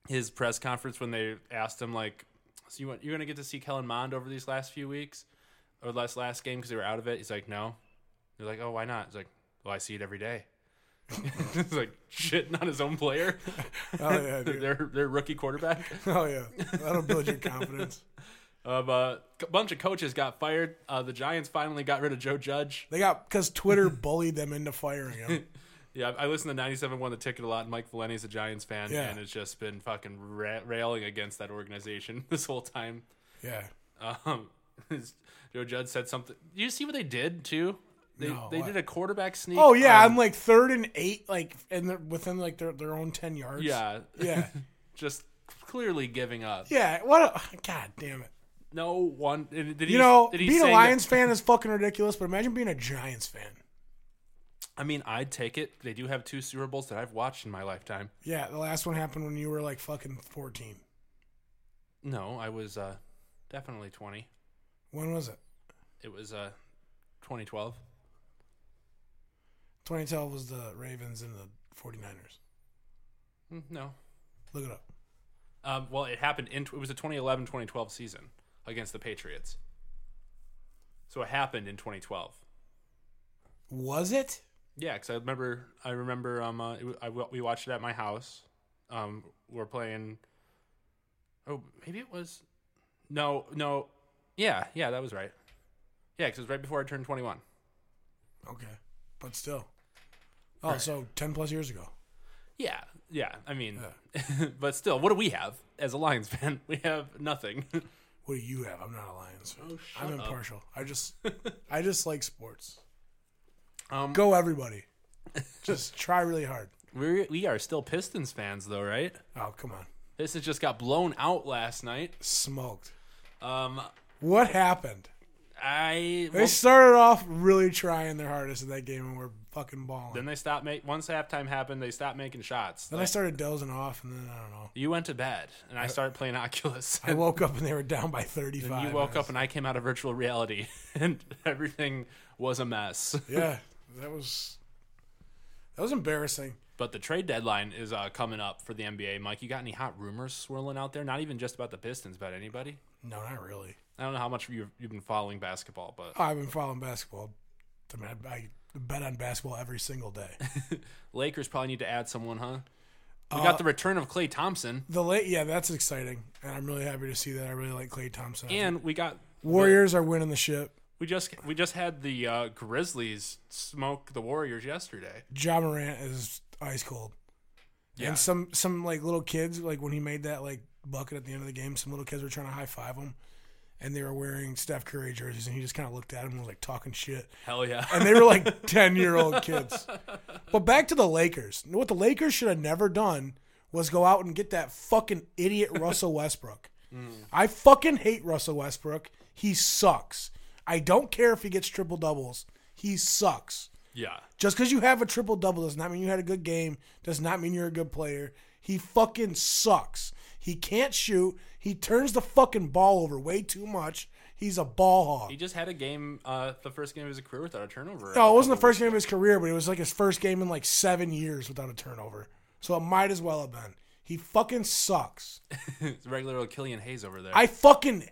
S1: his press conference when they asked him like, "So you want, you're gonna get to see Kellen Mond over these last few weeks or last last game because they were out of it?" He's like, "No." They're like, "Oh, why not?" He's like, "Well, I see it every day." It's like shitting on his own player,
S2: Oh yeah, dude.
S1: their their rookie quarterback.
S2: Oh yeah, that'll build your confidence.
S1: Um, uh, a bunch of coaches got fired. Uh, the Giants finally got rid of Joe Judge.
S2: They got because Twitter bullied them into firing him.
S1: Yeah, I I listen to 97 won the ticket a lot, and Mike Valeni's a Giants fan,
S2: Yeah.
S1: and has just been fucking ra- railing against that organization this whole time.
S2: Yeah,
S1: Um, Joe Judge said something. You see what they did, too? They,
S2: No,
S1: they
S2: what?
S1: did a quarterback sneak.
S2: Oh yeah,
S1: on-
S2: I'm like third and eight, like and they're within like their, their own ten yards.
S1: yeah.
S2: yeah,
S1: just clearly giving up.
S2: yeah. What? A, God damn it!
S1: No one. Did he,
S2: You know,
S1: did he
S2: being
S1: say
S2: a
S1: that-
S2: Lions fan is fucking ridiculous, but imagine being a Giants fan.
S1: I mean, I'd take it. They do have two Super Bowls that I've watched in my lifetime.
S2: Yeah, the last one happened when you were like fucking fourteen.
S1: No, I was uh, definitely 20.
S2: When was it?
S1: It was uh, 2012.
S2: 2012 was the Ravens and the 49ers.
S1: Mm, No,
S2: Look it up.
S1: Um, well, it happened in. It was a 2011 2012 season against the Patriots. So it happened in 2012.
S2: Was it?
S1: Yeah, because I remember. I remember. Um, uh, it, wa- I, wa- we watched it at my house. Um, we are playing. Oh, maybe it was. No, no. Yeah, yeah, that was right. Yeah, because it was right before I turned 21.
S2: Okay, but still. Oh, so 10 plus years ago.
S1: Yeah, yeah. I mean, but still, what do we have as a Lions fan? We have nothing.
S2: What do you have? I'm not a Lions. fan.
S1: Oh,
S2: I'm impartial. I just, I just like sports.
S1: Um,
S2: Go everybody. Just try really hard.
S1: We're, we are still Pistons fans, though, right?
S2: Oh, come on.
S1: Pistons just got blown out last night.
S2: Smoked.
S1: Um,
S2: What happened?
S1: I
S2: They
S1: well,
S2: started off really trying their hardest in that game and were fucking balling.
S1: then they stopped make once halftime happened. They stopped making shots.
S2: Then I started dozing off, and then I don't know.
S1: you went to bed, and I started playing Oculus.
S2: I woke up and they were down by 35.
S1: And you woke up, and I came out of virtual reality, and everything was a mess.
S2: yeah, that was that was embarrassing.
S1: But the trade deadline is uh, coming up for the NBA. Mike, you got any hot rumors swirling out there? Not even just about the Pistons, about anybody.
S2: No, not really.
S1: I don't know how much you've, you've been following basketball, but
S2: I've been following basketball. I mean, I, I bet on basketball every single day.
S1: Lakers probably need to add someone, huh? We got the return of Clay Thompson,
S2: The late, yeah, that's exciting, and I'm really happy to see that. I really like Clay Thompson.
S1: and we got
S2: Warriors are winning the ship.
S1: We just we just had the uh, Grizzlies smoke the Warriors yesterday.
S2: Ja Morant is ice cold.
S1: Yeah.
S2: And some some like little kids like when he made that like bucket at the end of the game, some little kids were trying to high five him, and they were wearing Steph Curry jerseys, and he just kind of looked at him and was like talking shit,
S1: Hell yeah.
S2: and they were like ten year old kids. But back to the Lakers. What the Lakers should have never done was go out and get that fucking idiot Russell Westbrook. I fucking hate Russell Westbrook. He sucks. I don't care if he gets triple doubles. He sucks.
S1: yeah.
S2: Just because you have a triple double does not mean you had a good game. Does not mean you're a good player. He fucking sucks. He can't shoot. He turns the fucking ball over way too much. He's a ball hog.
S1: He just had a game, uh, the first game of his career without a turnover.
S2: No, it wasn't the first game of his career, but it was like his first game in like seven years without a turnover. So it might as well have been. He fucking sucks.
S1: It's regular old Killian Hayes over there.
S2: I fucking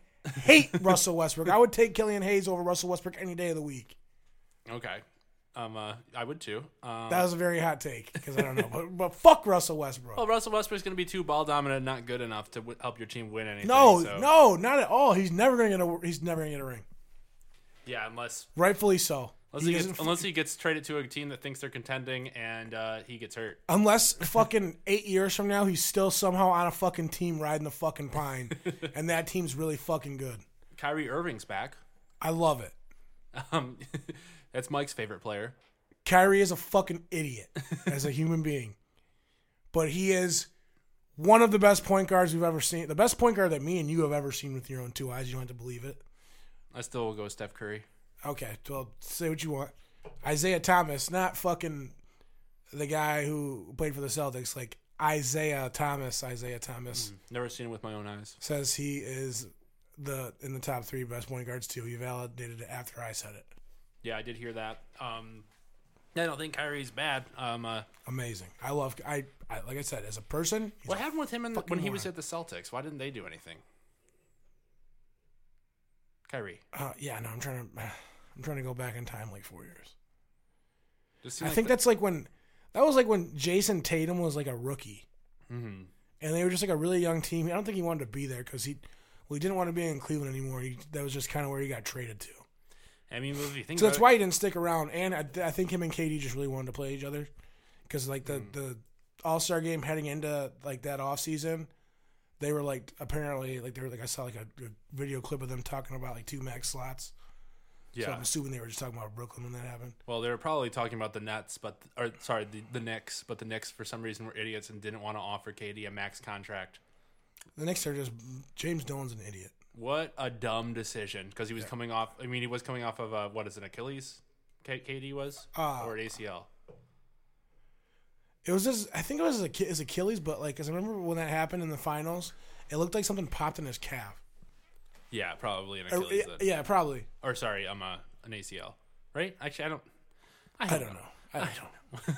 S2: hate Russell Westbrook. I would take Killian Hayes over Russell Westbrook any day of the week.
S1: okay. Um, uh, I would too. Um,
S2: That was a very hot take because I don't know, but, but fuck Russell Westbrook.
S1: well, Russell Westbrook's going to be too ball dominant, and not good enough to w- help your team win anything.
S2: No,
S1: so-
S2: no, not at all. He's never gonna get a he's never gonna get a ring.
S1: Yeah, unless
S2: Rightfully so.
S1: unless he, gets, unless he gets traded to a team that thinks they're contending and uh, he gets hurt.
S2: Unless fucking eight years from now he's still somehow on a fucking team riding the fucking pine, and that team's really fucking good.
S1: Kyrie Irving's back.
S2: I love it.
S1: Um, that's Mike's favorite player.
S2: Kyrie is a fucking idiot as a human being, but he is one of the best point guards we've ever seen. The best point guard that me and you have ever seen with your own two eyes. You don't have to believe it.
S1: I still will go with Steph Curry.
S2: Okay, well, say what you want. Isaiah Thomas, not fucking the guy who played for the Celtics. Like Isaiah Thomas, Isaiah Thomas
S1: Never seen him with my own eyes.
S2: says he is the in the top three best point guards too. He validated it after I said it.
S1: Yeah, I did hear that. Um, I don't think Kyrie's bad. Um, uh,
S2: Amazing. I love. I, I like I said as a person. he's
S1: what
S2: a-
S1: happened with him in
S2: fucking
S1: when he was
S2: moron.
S1: at the Celtics? Why didn't they do anything? Kyrie.
S2: uh, yeah, no, I'm trying to. I'm trying to go back in time like four years.
S1: Just
S2: I think that's like when that was like when Jason Tatum was like a rookie,
S1: hmm
S2: and they were just like a really young team. I don't think he wanted to be there because he, well, he didn't want to be in Cleveland anymore. He, that was just kind of where he got traded to.
S1: I mean, if you think
S2: So that's
S1: about
S2: why he didn't stick around. And I, I think him and KD just really wanted to play each other because like the the All Star game heading into like that off season, they were like apparently like they were like I saw like a, a video clip of them talking about like two max slots.
S1: it, yeah.
S2: So I'm assuming they were just talking about Brooklyn when that happened.
S1: well, they were probably talking about the Nets, but or sorry, the, the Knicks, but the Knicks for some reason were idiots and didn't want to offer KD a max contract.
S2: The Knicks are just James Dolan's an idiot.
S1: What a dumb decision because he was coming off. I mean, he was coming off of uh, what is an Achilles? K- KD was
S2: Uh,
S1: or an ACL.
S2: It was just I think it was his, Ach- his Achilles, but like because I remember when that happened in the finals, it looked like something popped in his calf.
S1: Yeah, probably an
S2: Or-
S1: Achilles.
S2: yeah,
S1: then.
S2: yeah, probably.
S1: or sorry, I'm a, an ACL, right? Actually, I don't. I
S2: I
S1: don't,
S2: don't
S1: know.
S2: know. I don't, know.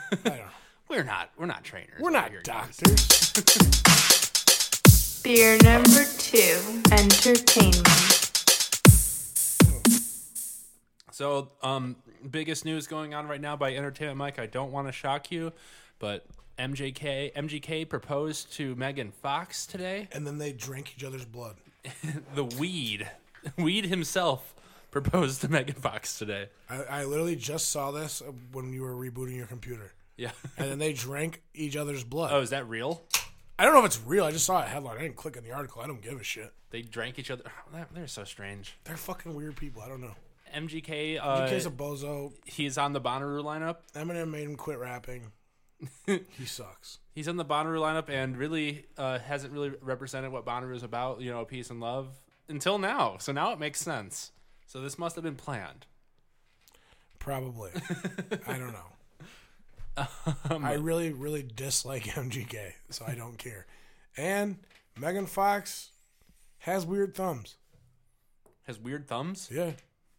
S2: I don't know.
S1: We're not. We're not trainers.
S2: We're
S1: over
S2: not
S1: here, guys.
S2: doctors.
S3: Beer number two, entertainment.
S1: So, um, biggest news going on right now by Entertainment Mike. I don't want to shock you, but MJK MGK proposed to Megan Fox today.
S2: and then they drank each other's blood.
S1: The weed, weed himself proposed to Megan Fox today.
S2: I, I literally just saw this uh, when you were rebooting your computer.
S1: Yeah.
S2: And then they drank each other's blood.
S1: Oh, is that real?
S2: I don't know if it's real. I just saw a headline. I didn't click on the article. I don't give a shit.
S1: They drank each other. They're- They're so strange.
S2: They're fucking weird people. I don't know.
S1: MGK, uh,
S2: In case of Bozo,
S1: he's on the Bonnaroo lineup.
S2: Eminem made him quit rapping. He sucks.
S1: He's in the Bonnaroo lineup and really uh, hasn't really represented what Bonnaroo is about, you know, peace and love until now. So now it makes sense. So this must have been planned.
S2: Probably. I don't know.
S1: Um,
S2: I really, really dislike MGK, so I don't care. And Megan Fox has weird thumbs.
S1: Has weird thumbs.
S2: Yeah,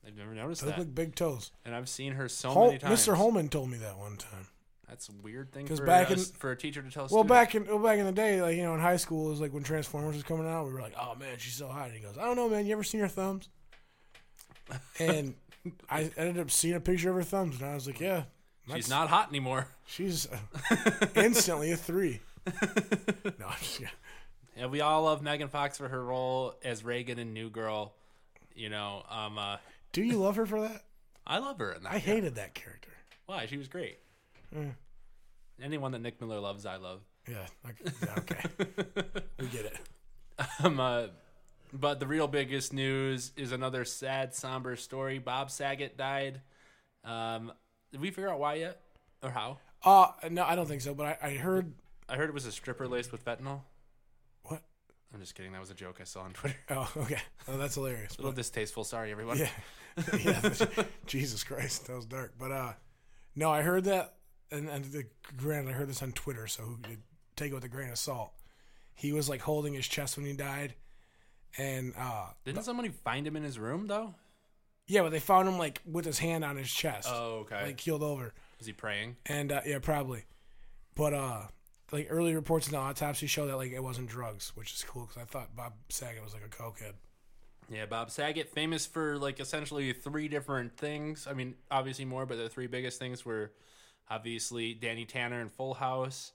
S1: I've never noticed
S2: they look
S1: that,
S2: like big toes.
S1: and I've seen her so
S2: Hol-
S1: many times.
S2: Mr. Holman told me that one time.
S1: That's a weird thing
S2: 'Cause
S1: for,
S2: back
S1: a,
S2: in-
S1: for a teacher to tell. a
S2: Well,
S1: student.
S2: back in well, back in the day, like you know, in high school, it was like when Transformers was coming out. We were like, "Oh man, she's so hot." And he goes, "I don't know, man. You ever seen her thumbs?" And I ended up seeing a picture of her thumbs, and I was like, "Yeah,
S1: she's
S2: that's-
S1: not hot anymore.
S2: She's instantly a three. No, I'm just kidding.
S1: And we all love Megan Fox for her role as Reagan in New Girl. You know, um, uh,
S2: Do you love her for that?
S1: I love her in that.
S2: I Mm. hated that character.
S1: Why? She was great. Anyone that Nick Miller loves, I love.
S2: Yeah. like, yeah, Okay. we get it.
S1: Um, uh, but the real biggest news is another sad, somber story. Bob Saget died. Um, did we figure out why yet or how?
S2: Uh no, I don't think so. But I, I heard
S1: I heard it was a stripper laced with fentanyl.
S2: what?
S1: I'm just kidding. That was a joke I saw on Twitter.
S2: Oh, okay. Oh, that's hilarious.
S1: A little distasteful. Sorry, everyone.
S2: Yeah. yeah. that's- Jesus Christ, that was dark. But uh, no, I heard that, and, and the, granted, I heard this on Twitter, so who could take it with a grain of salt. He was like holding his chest when he died, and uh,
S1: Didn't somebody find him in his room though?
S2: yeah, but they found him like with his hand on his chest,
S1: Oh, okay.
S2: like keeled over,
S1: was he praying?
S2: and uh, yeah, probably. But uh, like early reports in the autopsy show that like it wasn't drugs, which is cool because I thought Bob Saget was like a cokehead.
S1: Yeah, Bob Saget, famous for like essentially three different things. I mean, obviously more, but the three biggest things were obviously Danny Tanner and Full House.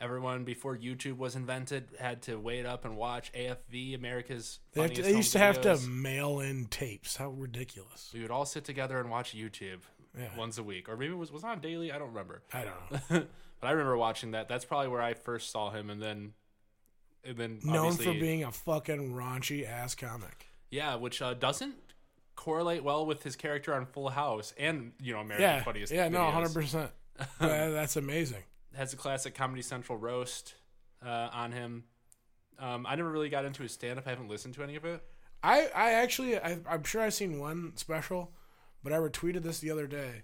S1: Everyone before YouTube was invented had to wait up and watch AFV, America's.
S2: They, have
S1: Funniest
S2: to, they
S1: Home
S2: used to have to
S1: Videos.
S2: mail in tapes. How ridiculous!
S1: We would all sit together and watch YouTube
S2: Yeah.
S1: once a week, or maybe it was was it on daily. I don't remember,
S2: I don't know.
S1: but I remember watching that. That's probably where I first saw him, and then, and then
S2: known for
S1: obviously-
S2: being a fucking raunchy ass comic.
S1: Yeah, which uh, doesn't correlate well with his character on Full House and you know American
S2: Yeah,
S1: Funniest.
S2: yeah, no,
S1: Videos.
S2: hundred percent. That's amazing.
S1: Has a classic Comedy Central roast uh, on him. Um, I never really got into his stand up. I haven't listened to any of it.
S2: I, I actually, I, I'm sure I've seen one special, but I retweeted this the other day.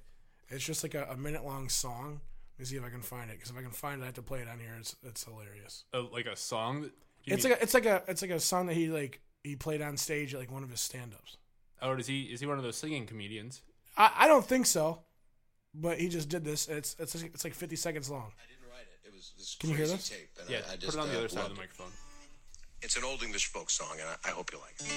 S2: It's just like a, a minute long song. Let me see if I can find it because if I can find it, I have to play it on here. It's it's hilarious.
S1: Uh, like a song. That, you
S2: it's
S1: mean-
S2: like a, it's like a it's like a song that he like he played on stage at like one of his stand ups.
S1: oh, is he is he one of those singing comedians?
S2: I, I don't think so, but he just did this. It's it's it's like 50 seconds long.
S4: I didn't write it. It was this
S2: you hear
S4: crazy
S2: this?
S4: tape. And
S1: Yeah,
S4: I, I
S1: put
S4: just,
S1: it on the
S4: uh,
S1: other side of
S4: loved
S1: the
S4: it.
S1: microphone.
S4: It's an old English folk song, and I, I hope you like it.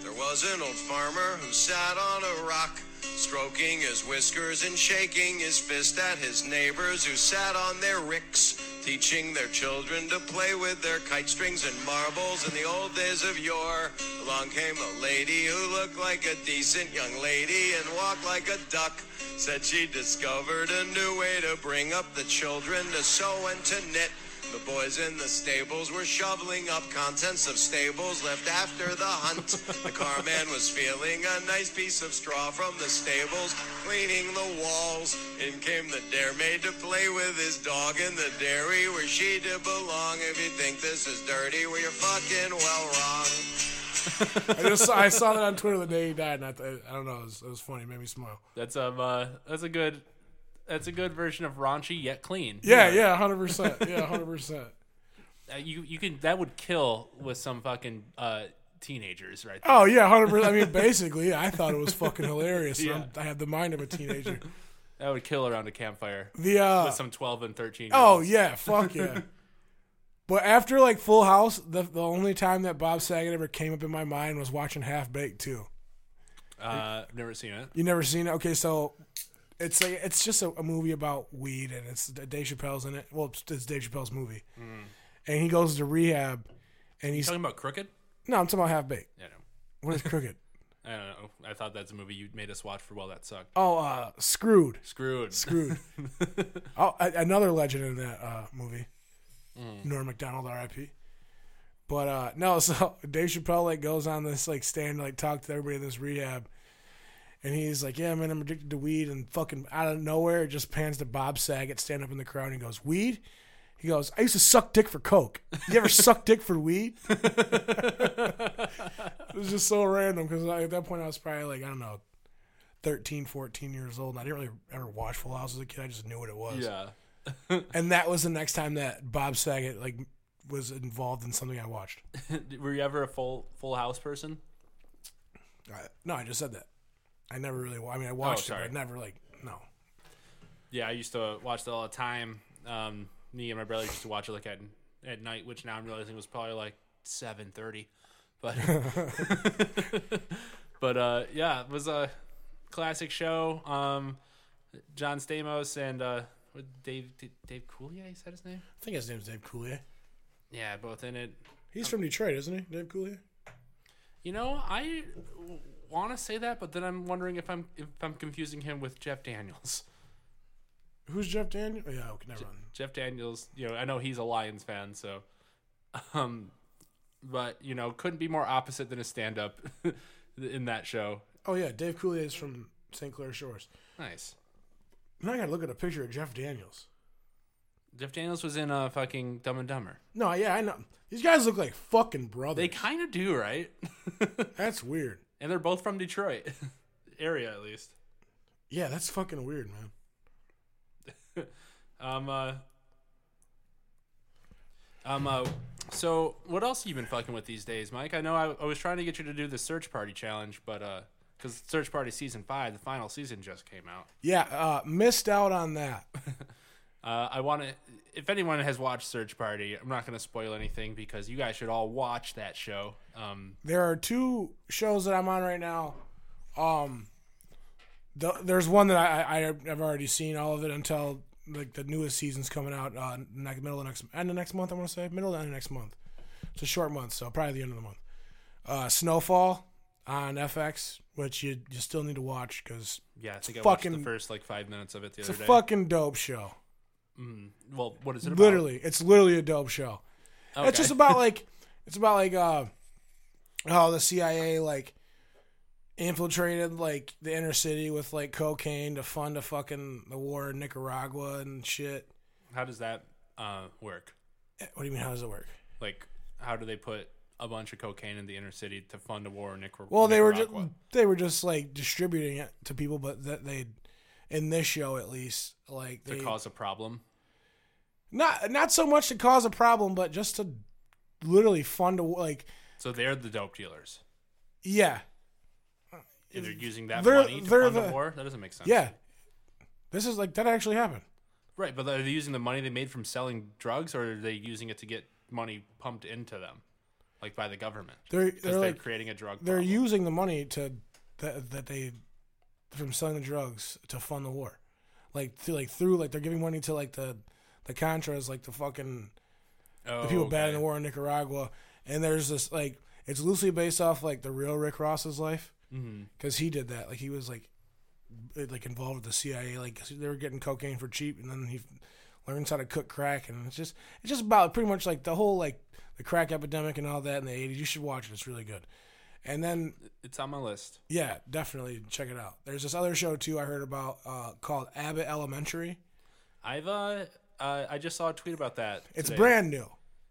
S4: There was an old farmer who sat on a rock, stroking his whiskers and shaking his fist at his neighbors who sat on their ricks, teaching their children to play with their kite strings and marbles. In the old days of yore, along came a lady who looked like a decent young lady and walked like a duck. Said she discovered a new way to bring up the children to sew and to knit. The boys in the stables were shoveling up contents of stables left after the hunt. The carman was feeling a nice piece of straw from the stables, cleaning the walls. In came the dare maid to play with his dog in the dairy where she did belong. If you think this is dirty, well, you're fucking well wrong.
S2: I just saw, I saw that on Twitter the day he died, and I, th- I don't know, it was, it was funny, it made me smile.
S1: That's um uh, that's a good that's a good version of raunchy yet clean.
S2: Yeah, yeah, hundred percent. Yeah, hundred percent.
S1: Uh, you you can that would kill with some fucking uh, teenagers right there.
S2: Oh yeah, hundred percent. I mean, basically, I thought it was fucking hilarious. and
S1: Yeah.
S2: I'm- I have the mind of a teenager.
S1: That would kill around a campfire.
S2: The uh,
S1: with some 12 and 13
S2: oh yeah, fuck yeah. But after like Full House, the the only time that Bob Saget ever came up in my mind was watching Half Baked too.
S1: uh I've never seen it
S2: You never seen it? Okay, so it's like it's just a, a movie about weed, and it's Dave Chappelle's in it. Well, it's, it's Dave Chappelle's movie, and he goes to rehab, and he's
S1: talking about crooked
S2: no, I'm talking about Half Baked.
S1: i don't
S2: What is crooked?
S1: know i don't know i thought that's a movie you made us watch for well that sucked
S2: oh, uh, Screwed.
S1: screwed
S2: Screwed. oh, a- another legend in that uh, movie, Norm Macdonald, R.I.P. But uh, no, so Dave Chappelle like goes on this like stand like talk to everybody in this rehab, And he's like, "Yeah, man, I'm addicted to weed." And fucking out of nowhere, it just pans to Bob Saget stand up in the crowd and he goes, "Weed." He goes, "I used to suck dick for coke. You ever suck dick for weed?" it was just so random because at that point I was probably like, I don't know, 13, 14 years old. And I didn't really ever watch Full House as a kid. I just knew what it was.
S1: Yeah.
S2: And that was the next time that Bob Saget like was involved in something I watched.
S1: Were you ever a full Full House person?
S2: I, no, I just said that. I never really. wa- I mean, I watched it,
S1: sorry.
S2: but I never like no.
S1: Yeah, I used to watch that all the time. Um, me and my brother used to watch it like at at night, which now I'm realizing was probably like seven thirty. But but uh, yeah, it was a classic show. Um, John Stamos and uh, what, Dave Dave Coulier, is that his name?
S2: I think his name's Dave Coulier.
S1: Yeah, both in it.
S2: He's from Detroit, isn't he? Dave Coulier.
S1: You know, I want to say that, but then I'm wondering if I'm if I'm confusing him with Jeff Daniels.
S2: Who's Jeff Daniel? Oh, yeah, okay, never mind.
S1: Jeff Daniels, you know, I know he's a Lions fan, so um but you know, couldn't be more opposite than a stand up in that show.
S2: Oh yeah, Dave Coulier is from St. Clair Shores.
S1: Nice.
S2: Now I gotta look at a picture of Jeff Daniels.
S1: Jeff Daniels was in uh fucking Dumb and Dumber.
S2: No, yeah, I know. These guys look like fucking brothers.
S1: They kind of do, right?
S2: that's weird.
S1: and they're both from Detroit area at least.
S2: Yeah, that's fucking weird, man.
S1: Um uh Um uh so what else have you been fucking with these days, Mike? I know I, I was trying to get you to do the search party challenge, but uh because Search Party Season 5, the final season just came out.
S2: Yeah, uh, missed out on that.
S1: Uh, I want to. If anyone has watched Search Party, I'm not going to spoil anything because you guys should all watch that show. Um,
S2: There are two shows that I'm on right now. Um, the, there's one that I, I I've already seen all of it until like the newest season's coming out uh next, middle of next end of next month. I want to say middle of end of next month. It's a short month, so probably the end of the month. Uh, Snowfall on FX, which you you still need to watch because
S1: yeah, I think I watched
S2: fucking-
S1: the first like five minutes of it the
S2: it's a
S1: other day.
S2: fucking dope show.
S1: Well, what is it about?
S2: Literally, it's literally a dope show.
S1: Okay.
S2: It's just about like it's about like uh how the CIA like infiltrated like the inner city with like cocaine to fund a fucking the war in Nicaragua and shit.
S1: how does that uh, work?
S2: Eh, What do you mean? How does it work?
S1: Like, how do they put a bunch of cocaine in the inner city to fund a war in Nicar-
S2: Well, they were just
S1: Nicaragua?
S2: they were just like distributing it to people, but that they in this show at least like they
S1: to cause a problem.
S2: not not so much to cause a problem, but just to literally fund a like
S1: So they're the dope dealers.
S2: yeah
S1: And they're using that
S2: They're-
S1: money to
S2: they're
S1: fund
S2: the-
S1: a war. That doesn't make sense.
S2: yeah. This is like that actually happened.
S1: right. But are they using the money they made from selling drugs, or are they using it to get money pumped into them, like by the government?
S2: They're
S1: Because
S2: they're
S1: they're,
S2: like
S1: creating a drug.
S2: they're
S1: problem.
S2: using the money to that, that they from selling the drugs to fund the war, like through like through like they're giving money to like the the Contras, like the fucking
S1: oh,
S2: the people bad in the
S1: okay.
S2: war in Nicaragua, and there's this like it's loosely based off like the real Rick Ross's life
S1: Mm-hmm.
S2: because he did that, like he was like b- like involved with the CIA, like 'cause they were getting cocaine for cheap, and then he learns how to cook crack, and it's just it's just about pretty much like the whole like the crack epidemic and all that in the '80s. You should watch it; it's really good. And then
S1: It's on my list.
S2: Yeah, definitely check it out. There's this other show too I heard about uh, called Abbott Elementary.
S1: I've uh, uh I just saw a tweet about that.
S2: It's
S1: today.
S2: brand new.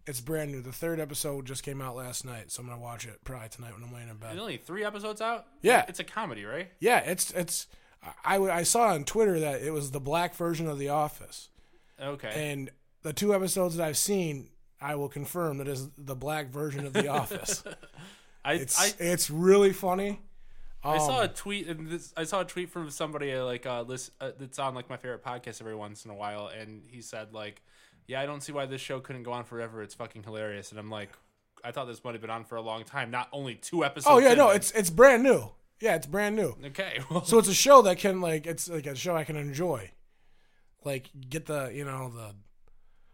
S2: It's brand new. The third episode just came out last night, so I'm gonna watch it probably tonight when I'm laying in
S1: There's
S2: bed.
S1: only three episodes out.
S2: Yeah.
S1: it's a comedy, right?
S2: Yeah, it's it's. I, I saw on Twitter that it was the black version of The Office,
S1: Okay.
S2: and the two episodes that I've seen, I will confirm that is the black version of The Office.
S1: I
S2: It's
S1: I,
S2: it's really funny. Um,
S1: I
S2: Oh
S1: saw a tweet and this I saw a tweet from somebody uh, like uh, list, uh that's on like my favorite podcast every once in a while, and he said like, "Yeah, I don't see why this show couldn't go on forever. It's fucking hilarious." And I'm like, I thought this might have been on for a long time. Not only two episodes.
S2: Oh yeah,
S1: in,
S2: no,
S1: then-
S2: it's it's brand new. Yeah, it's brand new.
S1: okay. Well,
S2: So it's a show that can like it's like a show I can enjoy. Like get the you know the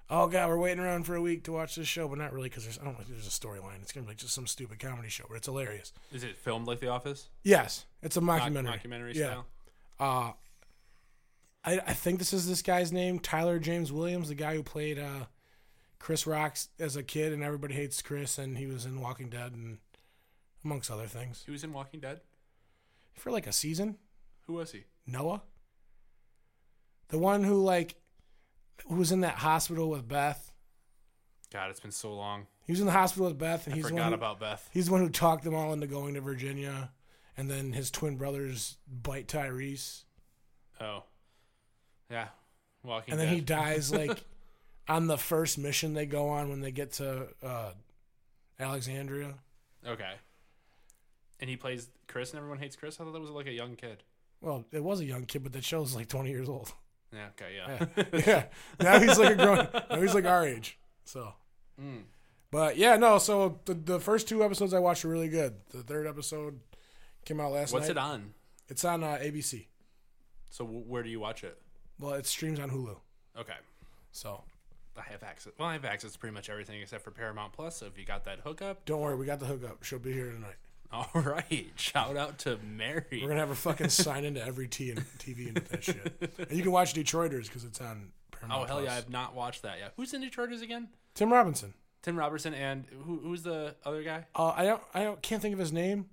S2: oh god we're waiting around for a week to watch this show, but not really because there's I don't think there's a storyline. It's gonna be like just some stupid comedy show, but it's hilarious.
S1: is it filmed like The Office?
S2: Yes, it's a mockumentary.
S1: Documentary
S2: yeah. Uh,
S1: style.
S2: I, I think this is this guy's name, Tyler James Williams, the guy who played uh, Chris Rocks as a kid, and everybody hates Chris, and he was in Walking Dead and amongst other things.
S1: He was in Walking Dead.
S2: for like a season.
S1: Who was he?
S2: Noah, the one who like who was in that hospital with Beth.
S1: God, it's been so long.
S2: He was in the hospital with Beth, and he's the one
S1: Forgot
S2: who,
S1: about Beth.
S2: he's the one who talked them all into going to Virginia, and then his twin brothers bite Tyrese,
S1: Oh, yeah. Walking
S2: and then he
S1: Dead.
S2: dies like on the first mission they go on when they get to uh, Alexandria.
S1: Okay. And he plays Chris, and everyone hates Chris. I thought that was like a young kid.
S2: Well, it was a young kid, but that show's like twenty years old.
S1: Yeah. Okay. Yeah.
S2: yeah. Now he's like a grown. Now he's like our age. So.
S1: Mm.
S2: But yeah, no. So the the first two episodes I watched were really good. The third episode came out last
S1: What's
S2: night.
S1: it on?
S2: It's on uh, ABC.
S1: So w- where do you watch it?
S2: Well, it streams on Hulu.
S1: Okay.
S2: So
S1: I have access. Well, I have access to pretty much everything except for Paramount Plus. So if you got that hookup,
S2: don't worry, we got the hookup. She'll be here tonight.
S1: all right. Shout out to Mary.
S2: We're gonna have her fucking sign into every T and TV and that shit. And you can watch Detroiters because it's on Paramount.
S1: Oh hell yeah!
S2: Plus.
S1: I've not watched that yet. Who's in Detroiters again?
S2: Tim Robinson.
S1: Tim Robertson and who, who's the other guy?
S2: Uh, I don't. I don't, can't think of his name,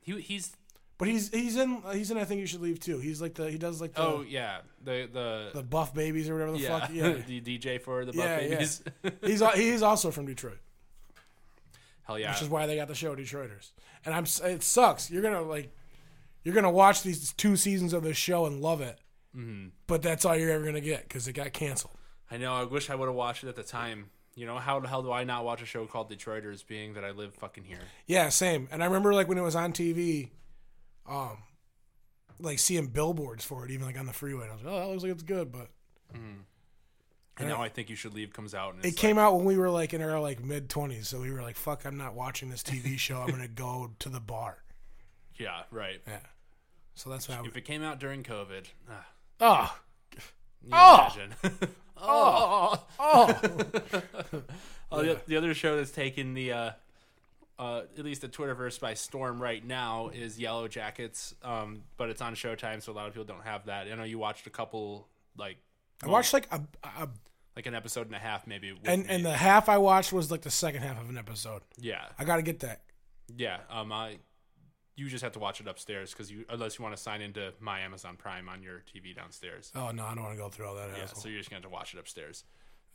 S1: He he's
S2: but he's he's in he's in. I think you should leave too. He's like the he does like the
S1: oh yeah the the,
S2: the Buff Babies or whatever the
S1: yeah,
S2: fuck. Yeah.
S1: the DJ for the Buff
S2: Yeah, yeah.
S1: Babies.
S2: He's al- he's also from Detroit,
S1: hell yeah!
S2: which is why they got the show Detroiters. And I'm s- it sucks. You're gonna like, you're gonna watch these two seasons of this show and love it,
S1: Mm-hmm.
S2: but that's all you're ever gonna get because it got canceled.
S1: I know. I wish I would have watched it at the time. You know how the hell do I not watch a show called Detroiters, being that I live fucking here?
S2: Yeah, same. And I remember like when it was on TV, um, like seeing billboards for it, even like on the freeway. And I was like, oh, that looks like it's good, but
S1: And
S2: Yeah.
S1: now I think you should leave comes out. And
S2: it
S1: it's like,
S2: came out when we were like in our like mid twenties, so we were like, fuck, I'm not watching this TV show. I'm gonna go to the bar.
S1: yeah, right.
S2: Yeah. So that's why. I
S1: If
S2: would,
S1: it came out during COVID, ah,
S2: oh,
S1: you imagine.
S2: oh, oh.
S1: Oh, the, the other show that's taken the uh, uh, at least the Twitterverse by storm right now is Yellow Jackets, um, but it's on Showtime, so a lot of people don't have that. I know you watched a couple, like
S2: I watched like a, a
S1: like an episode and a half, maybe. with
S2: and
S1: me.
S2: and the half I watched was like the second half of an episode.
S1: yeah,
S2: I gotta get that.
S1: yeah. Um, I you just have to watch it upstairs because you unless you want to sign into my Amazon Prime on your TV downstairs.
S2: Oh no, I don't want to go through all that.
S1: Yeah,
S2: hassle.
S1: so you're just gonna have to watch it upstairs.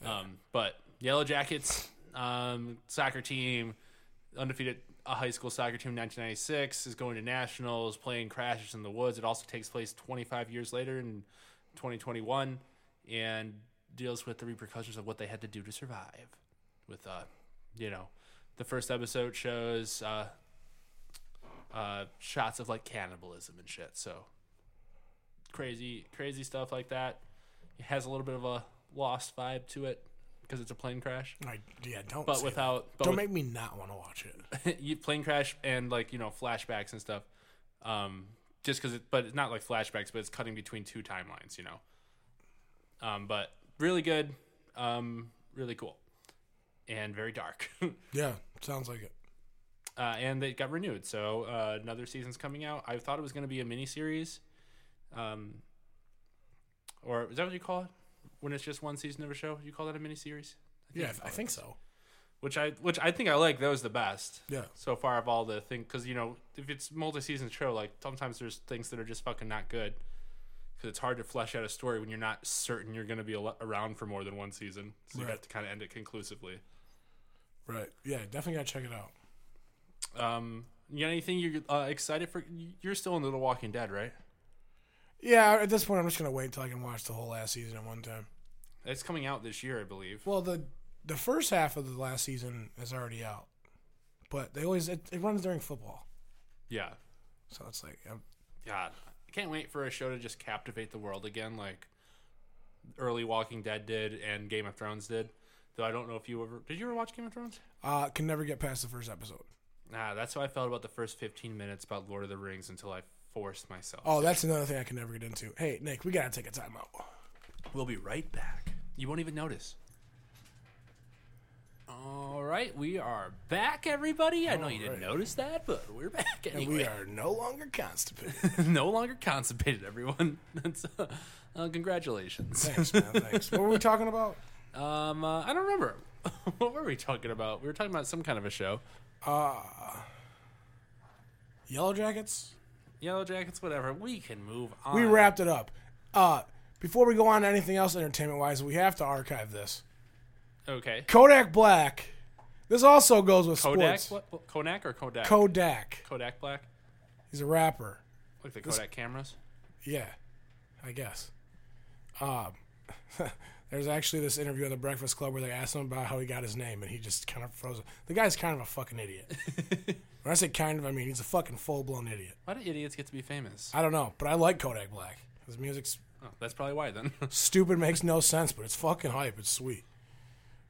S1: Um, but Yellow Jackets, um, soccer team, undefeated a high school soccer team in 1996 is going to nationals, playing Crashes in the Woods. It also takes place 25 years later in 2021, and deals with the repercussions of what they had to do to survive. With uh, you know, the first episode shows uh, uh, shots of like cannibalism and shit. So crazy, crazy stuff like that. It has a little bit of a lost vibe to it because it's a plane crash,
S2: I, yeah, don't.
S1: but
S2: say
S1: without
S2: that.
S1: but
S2: don't
S1: with-
S2: make me not want to watch it.
S1: you- plane crash and like you know flashbacks and stuff. Um, just because it, but it's not like flashbacks, but it's cutting between two timelines, you know. Um, but really good, um, really cool, and very dark.
S2: Yeah, sounds like it.
S1: uh, and it got renewed. So uh, another season's coming out. I thought it was going to be a mini series, um, or is that what you call it when it's just one season of a show? You call that a mini series?
S2: Yeah, I think so.
S1: Which I which I think I like those the best.
S2: Yeah.
S1: So far of all the things, because you know if it's multi-season show, like sometimes there's things that are just fucking not good. Because it's hard to flesh out a story when you're not certain you're going to be al- around for more than one season, so you
S2: Right.
S1: have to kind of end it conclusively.
S2: Right. Yeah, definitely gotta check it out.
S1: Um, you got anything you're uh, excited for? You're still into The Walking Dead, right?
S2: Yeah, at this point, I'm just gonna wait until I can watch the whole last season at one time.
S1: It's coming out this year, I believe.
S2: Well, the the first half of the last season is already out, but they always it, it runs during football,
S1: Yeah.
S2: so it's like um,
S1: God, I can't wait for a show to just captivate the world again, like early Walking Dead did and Game of Thrones did. Though I don't know if you ever did. You ever watch Game of Thrones?
S2: uh, can never get past the first episode.
S1: Nah, that's how I felt about the first fifteen minutes about Lord of the Rings until I forced myself.
S2: Oh, that's another thing I can never get into. Hey, Nick, we gotta take a timeout.
S1: We'll be right back. You won't even notice. All right, we are back, everybody. I know you didn't
S2: Alright.
S1: notice that, but we're back anyway.
S2: And we are no longer constipated.
S1: no longer constipated, everyone. That's, uh, uh, congratulations.
S2: Thanks, man. Thanks. What were we talking about?
S1: Um, uh, I don't remember. what were we talking about? We were talking about some kind of a show.
S2: Yellow Jackets?
S1: Yellow Jackets, whatever. We can move on.
S2: We wrapped it up. Uh, before we go on to anything else entertainment wise, we have to archive this.
S1: Okay.
S2: Kodak Black. This also goes with
S1: Kodak?
S2: sports.
S1: What? what- Kodak or Kodak?
S2: Kodak.
S1: Kodak Black?
S2: He's a rapper.
S1: Like the Kodak cameras?
S2: Yeah, I guess. Um, there's actually this interview on the Breakfast Club where they asked him about how he got his name, and he just kind of froze. The guy's kind of a fucking idiot. when I say kind of, I mean he's a fucking full blown idiot.
S1: Why do idiots get to be famous?
S2: I don't know, but I like Kodak Black. His music's
S1: Oh, that's probably why then.
S2: stupid, makes no sense, but it's fucking hype. It's sweet.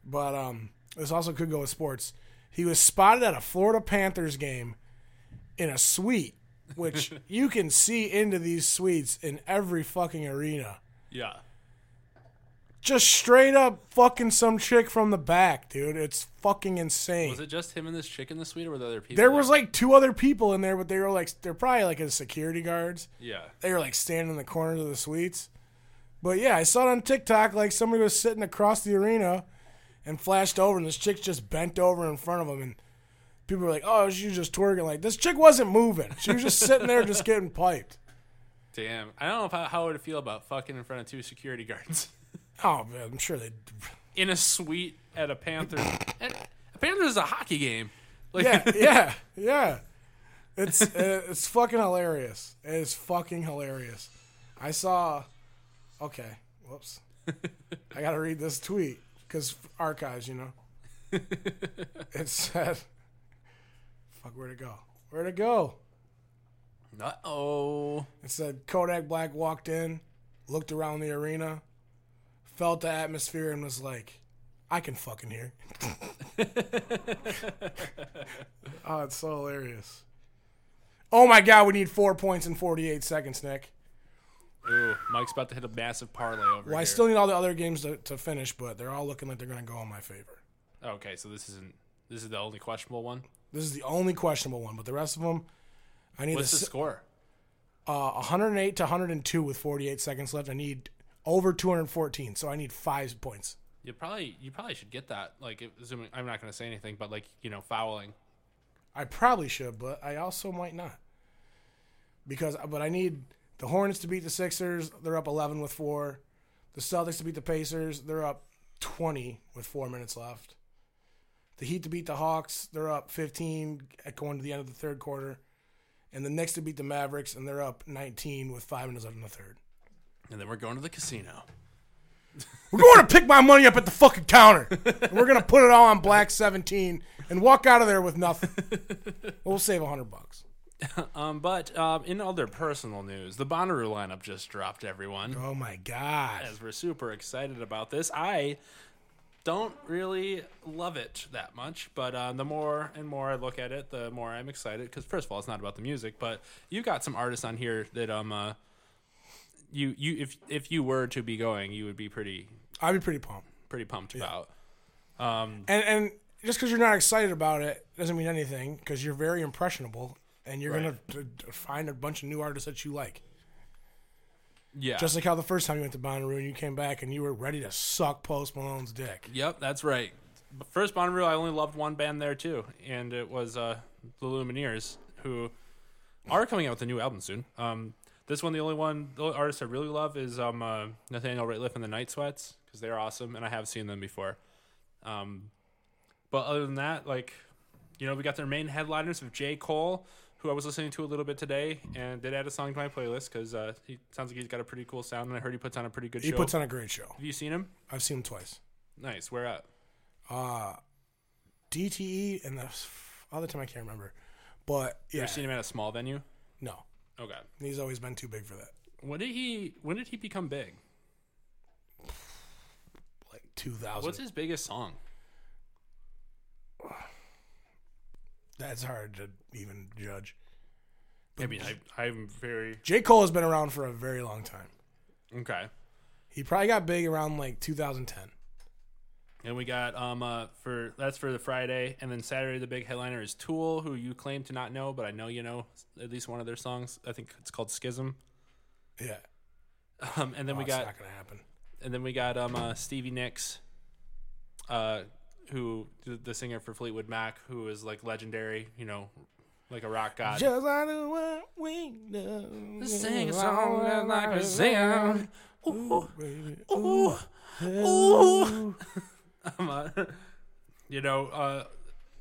S2: But um, this also could go with sports. He was spotted at a Florida Panthers game in a suite, which you can see into these suites in every fucking arena.
S1: yeah.
S2: Just straight up fucking some chick from the back, dude. It's fucking insane.
S1: Was it just him and this chick in the suite, or were there other people?
S2: there was like two other people in there, but they were like they're probably like as security guards.
S1: Yeah.
S2: they were like standing in the corners of the suites. But yeah, I saw it on TikTok like somebody was sitting across the arena and flashed over, and this chick just bent over in front of him, and people were like, "Oh, she was just twerking." Like this chick wasn't moving; she was just sitting there, just getting piped.
S1: Damn. I don't know if I, how I would feel about fucking in front of two security guards
S2: Oh man, I'm sure they.
S1: in a suite at a Panthers. at, a Panthers is a hockey game. Like,
S2: Yeah, yeah, yeah. It's uh, it's fucking hilarious. It is fucking hilarious. I saw. Okay, whoops. I gotta read this tweet because archives, you know. it said, "Fuck, where'd it go? Where'd it go?"
S1: uh oh.
S2: It said Kodak Black walked in, looked around the arena, felt the atmosphere, and was like, "I can fucking hear." oh, it's so hilarious. Oh my god, we need four points in forty-eight seconds, Nick.
S1: Ooh, Mike's about to hit a massive parlay over
S2: Well,
S1: here.
S2: I still need all the other games to, to finish, but they're all looking like they're gonna go in my favor.
S1: Okay, so this isn't. This is the only questionable one.
S2: This is the only questionable one, but the rest of them, I need
S1: What's
S2: a
S1: the
S2: s-
S1: score?
S2: uh, 108 to 102 with 48 seconds left. I need over 214, so I need five points.
S1: You probably you probably should get that. Like, if- assuming I'm not going to say anything, but like you know, fouling.
S2: I probably should, but I also might not. Because but I need the Hornets to beat the Sixers, they're up 11 with 4. The Celtics to beat the Pacers, they're up 20 with 4 minutes left. The Heat to beat the Hawks, they're up 15 at going to the end of the third quarter. And the Knicks to beat the Mavericks and they're up 19 with 5 minutes left in the third.
S1: And then we're going to the casino.
S2: We're going to pick my money up at the fucking counter. And we're going to put it all on black 17 and walk out of there with nothing. We'll save 100 bucks.
S1: Um, but um, in other personal news, the Bonnaroo lineup just dropped. Everyone,
S2: Oh my god.
S1: as we're super excited about this. I don't really love it that much, but um, the more and more I look at it, the more I'm excited. Because first of all, it's not about the music, but you got some artists on here that um, uh, you you if if you were to be going, you would be pretty
S2: I'd be pretty pumped.
S1: pretty pumped about.
S2: And and just because you're not excited about it doesn't mean anything because you're very impressionable and you're gonna
S1: Right.
S2: d- d- find a bunch of new artists that you like.
S1: Yeah.
S2: Just like how the first time you went to Bonnaroo and you came back and you were ready to suck Post Malone's dick.
S1: Yep, that's right. But First Bonnaroo, I only loved one band there too, and it was uh, the Lumineers, who are coming out with a new album soon. Um, this one, the only one, the only artist I really love is um, uh, Nathaniel Rateliff and the Night Sweats because they're awesome, and I have seen them before. Um, but other than that, like, you know, we got their main headliners of J. Cole, who I was listening to a little bit today, and did add a song to my playlist because uh, he sounds like he's got a pretty cool sound, and I heard he puts on a pretty good
S2: He
S1: show.
S2: puts on a great show.
S1: have you seen him?
S2: I've seen him twice. Uh,
S1: Nice. Where at?
S2: DTE E and the f- other time I can't remember, but yeah,
S1: Seen him at a small venue.
S2: no,
S1: Okay.
S2: he's always been too big for that.
S1: When did he? When did he become big?
S2: Like 2000.
S1: What's his biggest song?
S2: That's hard to even judge.
S1: I mean, I, I'm very
S2: J Cole has been around for a very long time.
S1: okay.
S2: He probably got big around like 2010.
S1: And we got um uh for that's for the Friday, and then Saturday the big headliner is Tool, who you claim to not know, but I know you know at least one of their songs. I think it's called Schism.
S2: Yeah,
S1: Um, and then we
S2: That's
S1: got
S2: not gonna happen.
S1: and then we got um uh, Stevie Nicks, uh, who the the singer for Fleetwood Mac, who is like legendary, you know, like a rock god.
S2: Just like the one we know.
S1: Sing a song that like a sound. Ooh,
S2: Baby.
S1: ooh, ooh. I'm, uh, you know, uh,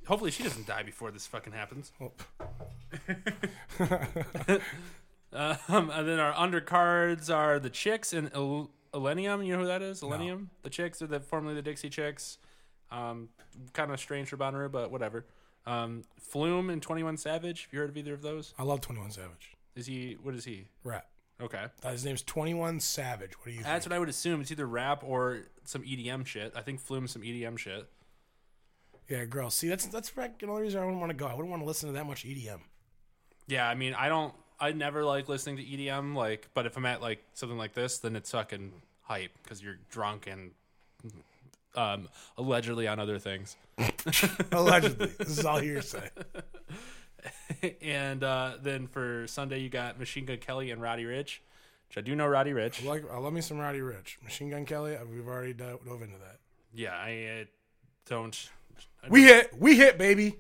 S1: hopefully she doesn't die before this fucking happens.
S2: Oh,
S1: Um, and then our undercards are the Chicks and El- Elenium. You know who that is? Elenium. The Chicks are the formerly the Dixie Chicks. Um, kind of strange for Bonnaroo, but whatever. Um, Flume and Twenty One Savage. Have you heard of either of those?
S2: I love 21 Savage.
S1: Is he? What is he?
S2: Rap.
S1: Okay,
S2: Uh, his name's 21 Savage. What do you think?
S1: that's what I would assume. It's either rap or some EDM shit. I think Flume's some EDM shit.
S2: Yeah, girl. See, that's that's the only reason I wouldn't want to go. I wouldn't want to listen to that much E EDM.
S1: Yeah, I mean, I don't. I never like listening to EDM. Like, but if I'm at like something like this, then it's fucking hype because you're drunk and um, allegedly on other things.
S2: Allegedly, this is all hearsay.
S1: and uh, then for Sunday, you got Machine Gun Kelly and Roddy Rich, which I do know Roddy Rich.
S2: Like, I love me some Roddy Rich, Machine Gun Kelly. uh, We've already dove dove into that.
S1: Yeah, I uh, don't. I
S2: We hit, we hit, baby.
S1: don't-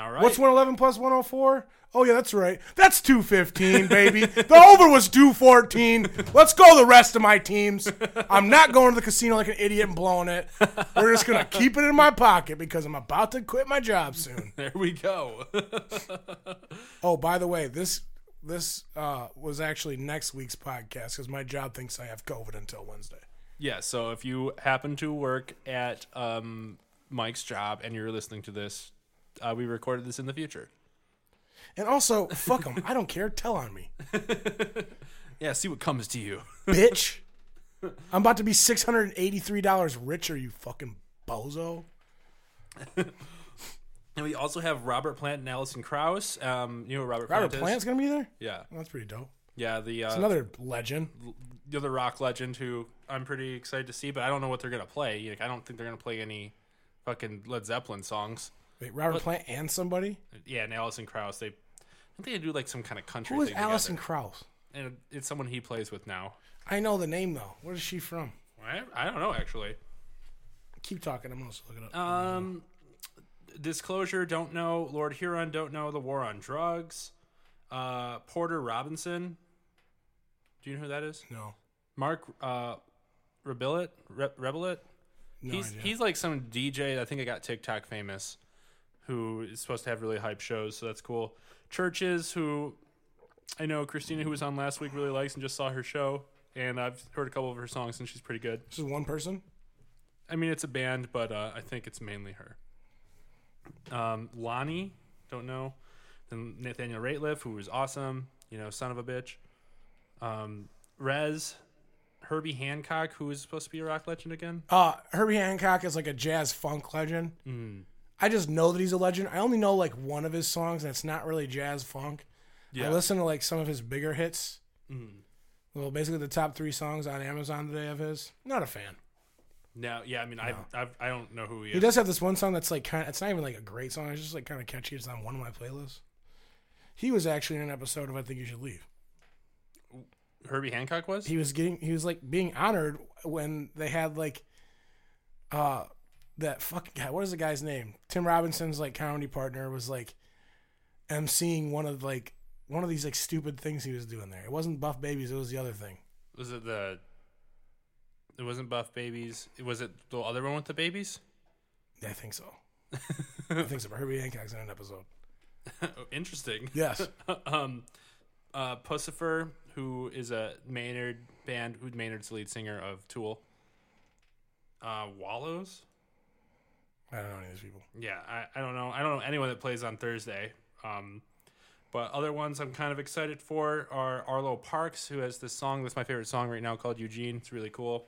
S1: all right.
S2: What's 111 plus 104? Oh yeah, that's right. That's 215, baby. the over was 214. Let's go the rest of my teams. I'm not going to the casino like an idiot and blowing it. We're just gonna keep it in my pocket because I'm about to quit my job soon.
S1: there we go.
S2: Oh, by the way, this this uh, was actually next week's podcast because my job thinks I have COVID until Wednesday.
S1: yeah, so if you happen to work at um, Mike's job and you're listening to this, uh, we recorded this in the future.
S2: And also, fuck them. I don't care. Tell on me,
S1: Yeah, see what comes to you.
S2: bitch. I'm about to be six hundred and eighty-three dollars richer. You fucking bozo.
S1: And we also have Robert Plant and Allison Krauss. Um, you know who Robert,
S2: Robert
S1: Plant is?
S2: Plant's gonna be there.
S1: Yeah,
S2: Well, that's pretty dope.
S1: yeah. The uh,
S2: Another legend.
S1: the other rock legend who I'm pretty excited to see, but I don't know what they're gonna play. Like, I don't think they're gonna play any fucking Led Zeppelin songs.
S2: Wait, Robert Plant and somebody.
S1: Yeah, and Allison Krauss. They, I think they do like some kind of country.
S2: Who is
S1: thing
S2: Allison
S1: together.
S2: Krauss?
S1: And it's someone he plays with now.
S2: I know the name though. Where is she from?
S1: I, I don't know actually.
S2: Keep talking. I'm gonna just look it up.
S1: Um, Disclosure, don't know. Lord Huron, don't know. The War on Drugs. Uh, Porter Robinson. Do you know who that is?
S2: no,
S1: Mark uh, Rebillet. Re- Rebillet?
S2: no
S1: he's
S2: idea.
S1: he's like some DJ. I think I got TikTok famous, who is supposed to have really hype shows. So that's cool. Churches, who I know Christina, who was on last week, really likes and just saw her show, and I've heard a couple of her songs, and she's pretty good.
S2: this is one person.
S1: I mean, it's a band, but uh, I think it's mainly her. Um, Lonnie, don't know. Then Nathaniel Rateliff, who was awesome, you know, son of a bitch. Um, Rez, Herbie Hancock, who is supposed to be a rock legend again.
S2: Uh, Herbie Hancock is like a jazz funk legend.
S1: Mm.
S2: I just know that he's a legend. I only know like one of his songs, and it's not really jazz funk. I listened to like some of his bigger hits.
S1: Mm.
S2: Well, basically the top three songs on Amazon today of his. Not a fan.
S1: No, yeah, I mean, I've, I've, I don't know who he is.
S2: He does have this one song that's like kind. Of, it's not even like a great song. It's just like kind of catchy. It's on one of my playlists. He was actually in an episode of I Think You Should Leave.
S1: Herbie Hancock was?
S2: He was getting. He was like being honored when they had like, uh, that fucking guy. What is the guy's name? Tim Robinson's like comedy partner was like, emceeing one of like one of these like stupid things he was doing there. It wasn't Buff Babies. It was the other thing.
S1: was it the? It wasn't Buff Babies. Was it the other one with the babies?
S2: I think so. I think so. Herbie Hancock's in an episode.
S1: Oh, interesting.
S2: Yes.
S1: um, uh, Pussifer, who is a Maynard band, who Maynard's the lead singer of Tool. Uh, Wallows.
S2: I don't know any of these people.
S1: Yeah, I, I don't know. I don't know anyone that plays on Thursday. Um, but other ones I'm kind of excited for are Arlo Parks, who has this song that's my favorite song right now called Eugene. It's really cool.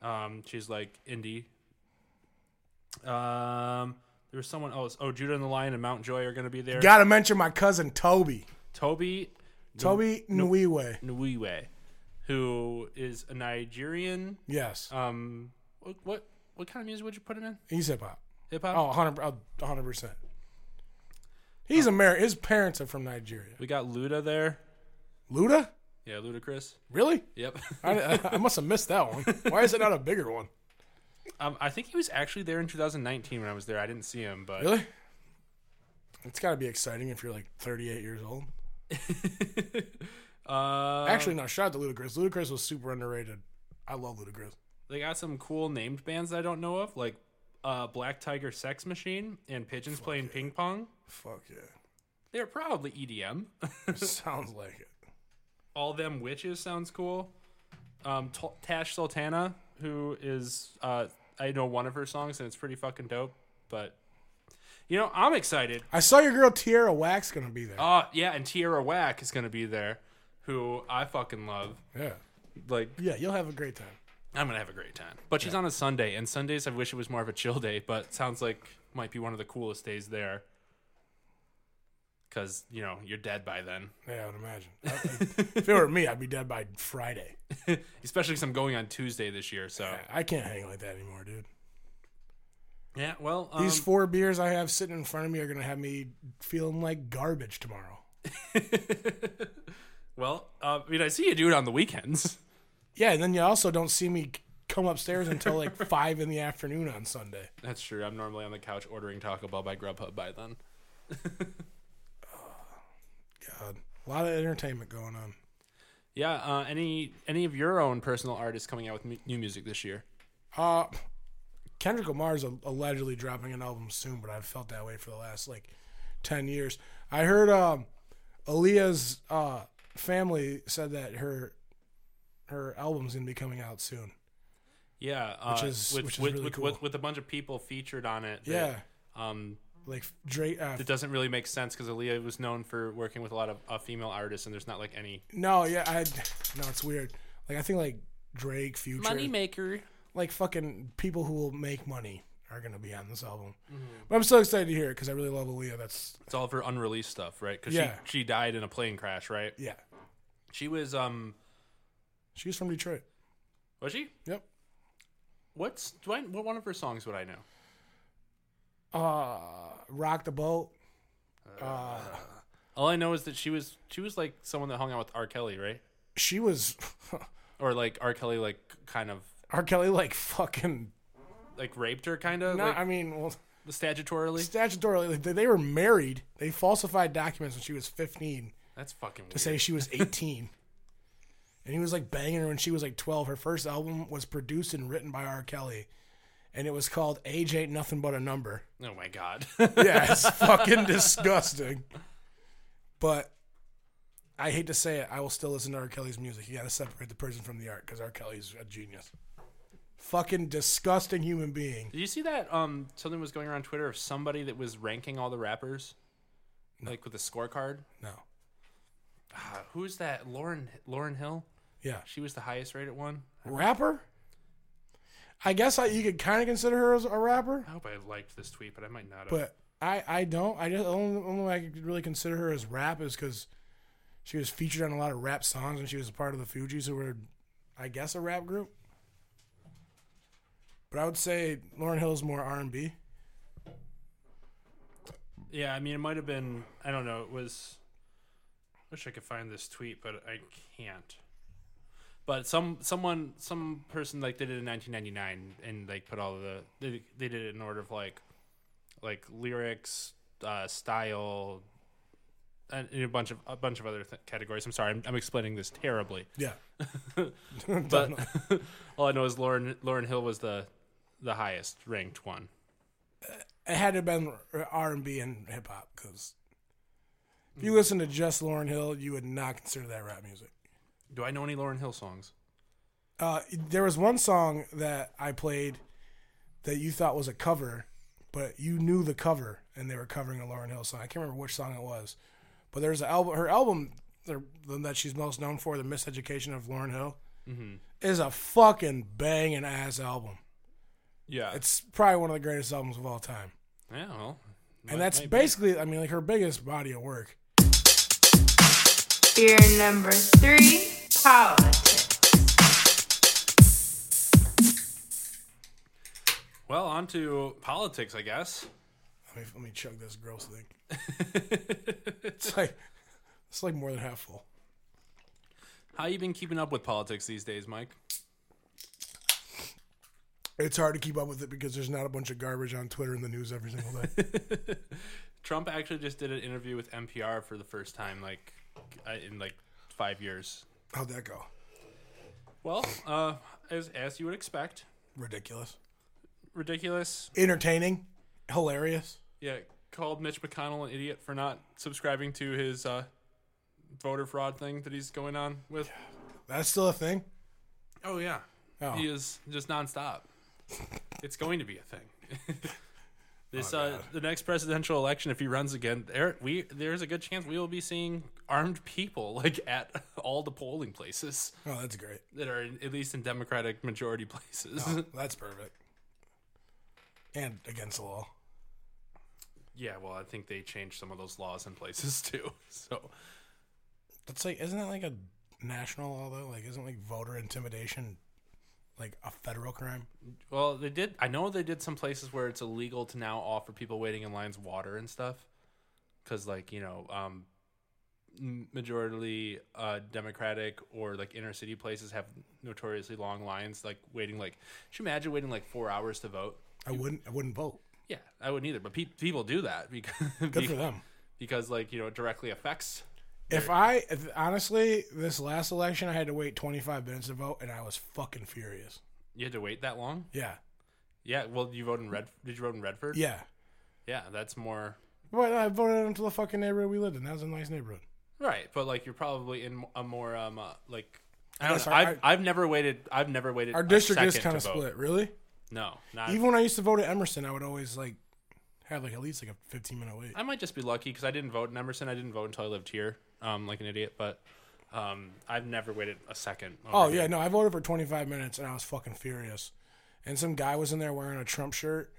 S1: Um, she's like indie. Um, there was someone else. Oh, Judah and the Lion and Mount Joy are going to be there.
S2: Gotta mention my cousin Toby.
S1: Toby
S2: Toby Nwiwe.
S1: Nwiwe, who is a Nigerian.
S2: Yes.
S1: Um, what what, what kind of music would you put him in?
S2: He's hip hop.
S1: Hip hop.
S2: Oh, 100 oh, 100%. He's American. His parents are from Nigeria.
S1: We got Luda there.
S2: Luda?
S1: Yeah, Ludacris.
S2: Really?
S1: Yep.
S2: I, I must have missed that one. Why is it not a bigger one?
S1: Um, I think he was actually there in 2019 when I was there. I didn't see him, but
S2: Really? It's got to be exciting if you're like 38 years old.
S1: Uh,
S2: Actually, no. Shout out to Ludacris. Ludacris was super underrated. I love Ludacris.
S1: they got some cool named bands that I don't know of, like uh, Black Tiger Sex Machine and Pigeons Playing Ping Pong.
S2: Fuck yeah.
S1: They're probably E EDM.
S2: Sounds like it.
S1: All Them Witches sounds cool. Um, T- Tash Sultana, who is, uh, I know one of her songs and it's pretty fucking dope, but you know, I'm excited.
S2: I saw your girl Tierra Wax gonna be there.
S1: Uh, yeah, and Tierra Whack is going to be there, who I fucking love.
S2: yeah.
S1: Like,
S2: Yeah, you'll have a great time.
S1: I'm gonna have a great time. But she's on a Sunday, and Sundays I wish it was more of a chill day, but sounds like might be one of the coolest days there. Cause you know you're dead by then,
S2: Yeah, I would imagine. if it were me, I'd be dead by Friday.
S1: especially because I'm going on Tuesday this year. So
S2: I can't hang like that anymore, dude.
S1: yeah, well, um,
S2: These four beers I have sitting in front of me are gonna have me feeling like garbage tomorrow.
S1: well, uh, I mean, I see you do it on the weekends.
S2: Yeah, and then you also don't see me come upstairs until like five in the afternoon on Sunday.
S1: That's true. I'm normally on the couch ordering Taco Bell by Grubhub by then.
S2: God, Uh, a lot of entertainment going on.
S1: Yeah. Uh, any any of your own personal artists coming out with mu- new music this year?
S2: Uh, Kendrick Lamar's a- allegedly dropping an album soon, but I've felt that way for the last like ten years. I heard um, Aaliyah's uh, family said that her her album's gonna be coming out soon.
S1: Yeah, uh,
S2: Which is-
S1: with,
S2: which is
S1: with,
S2: really
S1: with,
S2: cool.
S1: with, with a bunch of people featured on it. that,
S2: Yeah,
S1: Um,
S2: like Drake. Uh,
S1: it doesn't really make sense because Aaliyah was known for working with a lot of uh, female artists, and there's not like any
S2: no, yeah, I no, it's weird. Like I think like Drake, Future,
S1: maker.
S2: like fucking people who will make money are gonna be on this album. But I'm so excited to hear it because I really love Aaliyah. That's
S1: It's all of her unreleased stuff, right? Because
S2: Yeah.
S1: she she died in a plane crash, right?
S2: yeah,
S1: She was um
S2: she's from Detroit.
S1: was she?
S2: Yep.
S1: What's do I, what one of her songs would I know?
S2: Uh, rock the boat. Uh,
S1: All I know is that she was she was like someone that hung out with R. Kelly, right?
S2: she was
S1: Or like R. Kelly like kind of
S2: R. Kelly like fucking.
S1: like raped her, kind of
S2: No,
S1: like,
S2: I mean, well,
S1: statutorily.
S2: statutorily, like, they, they were married. They falsified documents when she was 15
S1: That's fucking weird.
S2: to say she was 18. and he was like banging her when she was like 12. Her first album was produced and written by R. Kelly, and it was called Age Ain't Nothing But a Number.
S1: oh my god.
S2: Yeah, it's fucking disgusting. But I hate to say it, I will still listen to R. Kelly's music. You got to separate the person from the art because R. Kelly's a genius. Fucking disgusting human being.
S1: Did you see that? Um, something was going around Twitter of somebody that was ranking all the rappers, like with a scorecard.
S2: No.
S1: Uh, who's that? Lauren Lauren Hill.
S2: Yeah.
S1: She was the highest rated one.
S2: Rapper? I guess I, you could kind of consider her as a rapper,
S1: I hope I liked this tweet, but I might not. Have.
S2: but I, I don't. I just the only, only way I could really consider her as rap is because she was featured on a lot of rap songs and she was a part of the Fugees, who were, I guess, a rap group. But I would say Lauren Hill's more R and B.
S1: yeah, I mean, it might have been. I don't know. It was. Wish I could find this tweet, but I can't. But some someone some person like did it in 1999, and like put all the they, they did it in order of like, like lyrics, uh, style, and and a bunch of a bunch of other th- categories. I'm sorry, I'm, I'm explaining this terribly.
S2: Yeah.
S1: but all I know is Lauren Lauren Hill was the the highest ranked one.
S2: It had to have been R and B and hip hop because if you listen to just Lauren Hill, you would not consider that rap music.
S1: Do I know any Lauren Hill songs?
S2: Uh, there was one song that I played that you thought was a cover, but you knew the cover, and they were covering a Lauren Hill song. I can't remember which song it was, but there's an album. Her album the the- that she's most known for, "The Miseducation of Lauren Hill," is a fucking banging ass album.
S1: Yeah,
S2: It's probably one of the greatest albums of all time,
S1: yeah. Well,
S2: and that's basically, I mean, like her biggest body of work.
S3: Beer number three, politics.
S1: well on to politics, I guess.
S2: Let me, let me chug this gross thing. it's like it's like more than half full.
S1: How you been keeping up with politics these days, Mike?
S2: It's hard to keep up with it because there's not a bunch of garbage on Twitter in the news every single day.
S1: Trump actually just did an interview with NPR for the first time, like uh, in like five years.
S2: How'd that go?
S1: Well, uh, as as you would expect,
S2: Ridiculous.
S1: ridiculous.
S2: Entertaining. Hilarious.
S1: Yeah, called Mitch McConnell an idiot for not subscribing to his uh, voter fraud thing that he's going on with.
S2: That's still a thing.
S1: Oh yeah,
S2: Oh.
S1: he is just nonstop. it's going to be a thing. this uh, the next presidential election, if he runs again, there we there's a good chance we will be seeing armed people like at all the polling places
S2: Oh, that's great. Oh,
S1: that are in, at least in Democratic majority places.
S2: That's perfect. And against the law.
S1: yeah, well, I think they changed some of those laws in places too. So
S2: That's like, isn't that like a national law though? Like, isn't like voter intimidation like a federal crime?
S1: Well, they did. I know they did some places where it's illegal to now offer people waiting in lines water and stuff, because like you know, um, m- majority uh, Democratic or like inner city places have notoriously long lines, like waiting like. Should you imagine waiting like four hours to vote?
S2: I wouldn't. I wouldn't vote.
S1: Yeah, I wouldn't either. But pe- people do that because
S2: Good for them.
S1: because like you know it directly affects.
S2: If I if, honestly, this last election, I had to wait 25 minutes to vote, and I was fucking furious.
S1: You had to wait that long.
S2: Yeah,
S1: Yeah. Well, you vote in Red. Did you vote in Redford?
S2: yeah.
S1: Yeah, that's more
S2: But I voted into the fucking neighborhood we lived in. That was a nice neighborhood.
S1: Right, but like you're probably in a more um uh, like I
S2: Unless
S1: don't know.
S2: our-
S1: I've, I've never waited. I've never waited.
S2: Our
S1: a
S2: district is
S1: second
S2: kind of
S1: to vote.
S2: split, really.
S1: No, not.
S2: Even when I used to vote at Emerson, I would always like have like at least like a 15 minute wait.
S1: I might just be lucky because I didn't vote in Emerson. I didn't vote until I lived here, um, like an idiot. But um, I've never waited a second.
S2: Oh
S1: over
S2: yeah,
S1: here.
S2: no, I voted for 25 minutes and I was fucking furious. And some guy was in there wearing a Trump shirt,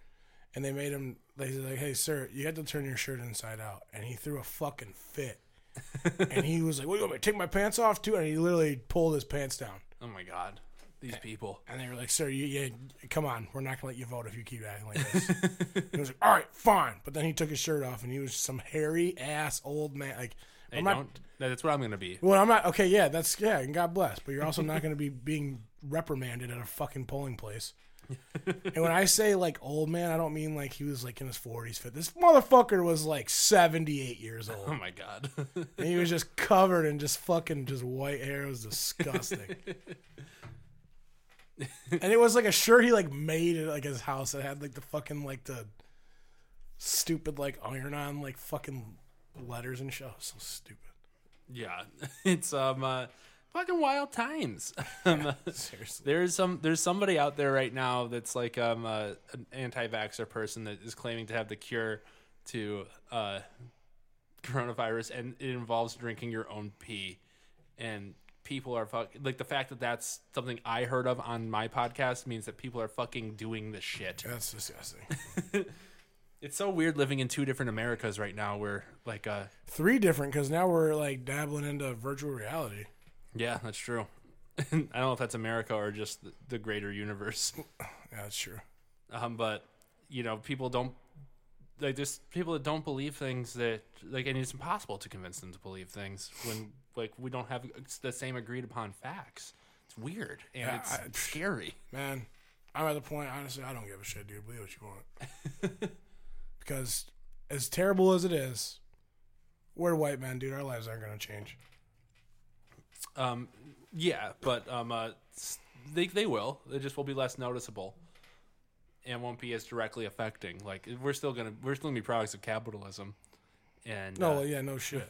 S2: and they made him. They said like, "Hey, sir, you had to turn your shirt inside out," and he threw a fucking fit. and he was like, "What do you want me to take my pants off too?" And he literally pulled his pants down.
S1: Oh my god, these people.
S2: And they were like, "Sir, you, you come on, we're not gonna let you vote if you keep acting like this." he was like, "All right, fine." But then he took his shirt off, and he was some hairy ass old man. Like,
S1: They
S2: I'm not-
S1: don't. That's what I'm gonna be.
S2: well, I'm not okay. Yeah, that's yeah, and God bless. But you're also not going to be being reprimanded at a fucking polling place. and when I say like old man, I don't mean like he was like in his 40s. Fit this motherfucker was like 78 years
S1: Oh
S2: old,
S1: my god.
S2: and he was just covered in just fucking just white hair. It was disgusting. and it was like a shirt he like made at like his house. It had like the fucking like the stupid like iron on like fucking letters and shit. Oh, so stupid.
S1: yeah, it's um uh, fucking wild times. Um,
S2: Seriously.
S1: There's some there's somebody out there right now that's like um uh, an anti-vaxxer person that is claiming to have the cure to uh, coronavirus, and it involves drinking your own pee. And people are fuck like the fact that that's something I heard of on my podcast means that people are fucking doing this shit.
S2: That's disgusting.
S1: It's so weird living in two different Americas right now, where like uh
S2: three different because now we're like dabbling into virtual reality.
S1: yeah, that's true. I don't know if that's America or just the- the greater universe.
S2: Yeah, that's true.
S1: Um, but you know, people don't like there's people that don't believe things that like, and it's impossible to convince them to believe things when like we don't have the same agreed upon facts. It's weird and
S2: Yeah,
S1: it's
S2: I-
S1: scary.
S2: Man, I'm at the point, honestly, I don't give a shit, dude. Believe what you want. because as terrible as it is, we're white men, dude. Our lives aren't going to change.
S1: Yeah, but um, uh, s- they they will. It just will be less noticeable and won't be as directly affecting. Like we're still gonna we're still gonna be products of capitalism. And
S2: No,
S1: uh,
S2: yeah, no shit.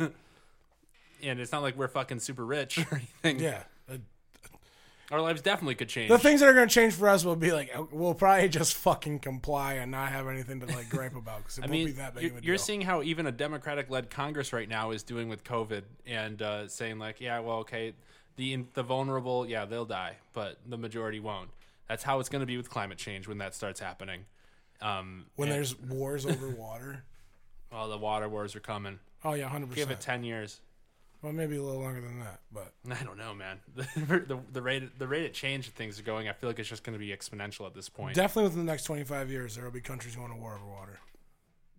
S1: and it's not like we're fucking super rich or anything.
S2: yeah. Uh,
S1: Our lives definitely could change.
S2: The things that are going to change for us will be like, uh, we'll probably just fucking comply and not have anything to like gripe about because it
S1: I
S2: won't
S1: mean,
S2: be that big
S1: you're,
S2: of a deal.
S1: you're seeing how even a Democratic-led Congress right now is doing with COVID and uh, saying like, yeah, well, okay, the in, the vulnerable, yeah, they'll die, but the majority won't. That's how it's going to be with climate change when that starts happening. Um,
S2: when there's wars over water.
S1: all the water wars are coming.
S2: Oh, yeah, 100%.
S1: Give it ten years.
S2: well, maybe a little longer than that, but
S1: I don't know, man. The, the, the rate the rate at change that things are going, I feel like it's just going to be exponential at this point.
S2: definitely within the next 25 years, there will be countries going to war over water.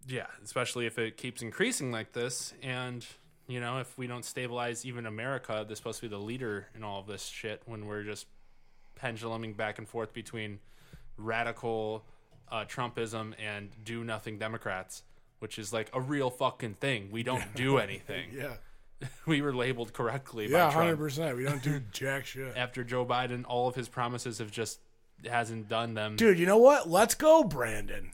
S1: Yeah, especially if it keeps increasing like this. And, you know, if we don't stabilize even America, that's supposed to be the leader in all of this shit when we're just penduluming back and forth between radical uh, Trumpism and do nothing Democrats. which is like a real fucking thing. We don't do anything.
S2: Yeah.
S1: We were labeled correctly
S2: Yeah,
S1: by Trump.
S2: hundred percent. We don't do jack shit.
S1: After Joe Biden, all of his promises have just hasn't done them.
S2: Dude, you know what? Let's go, Brandon.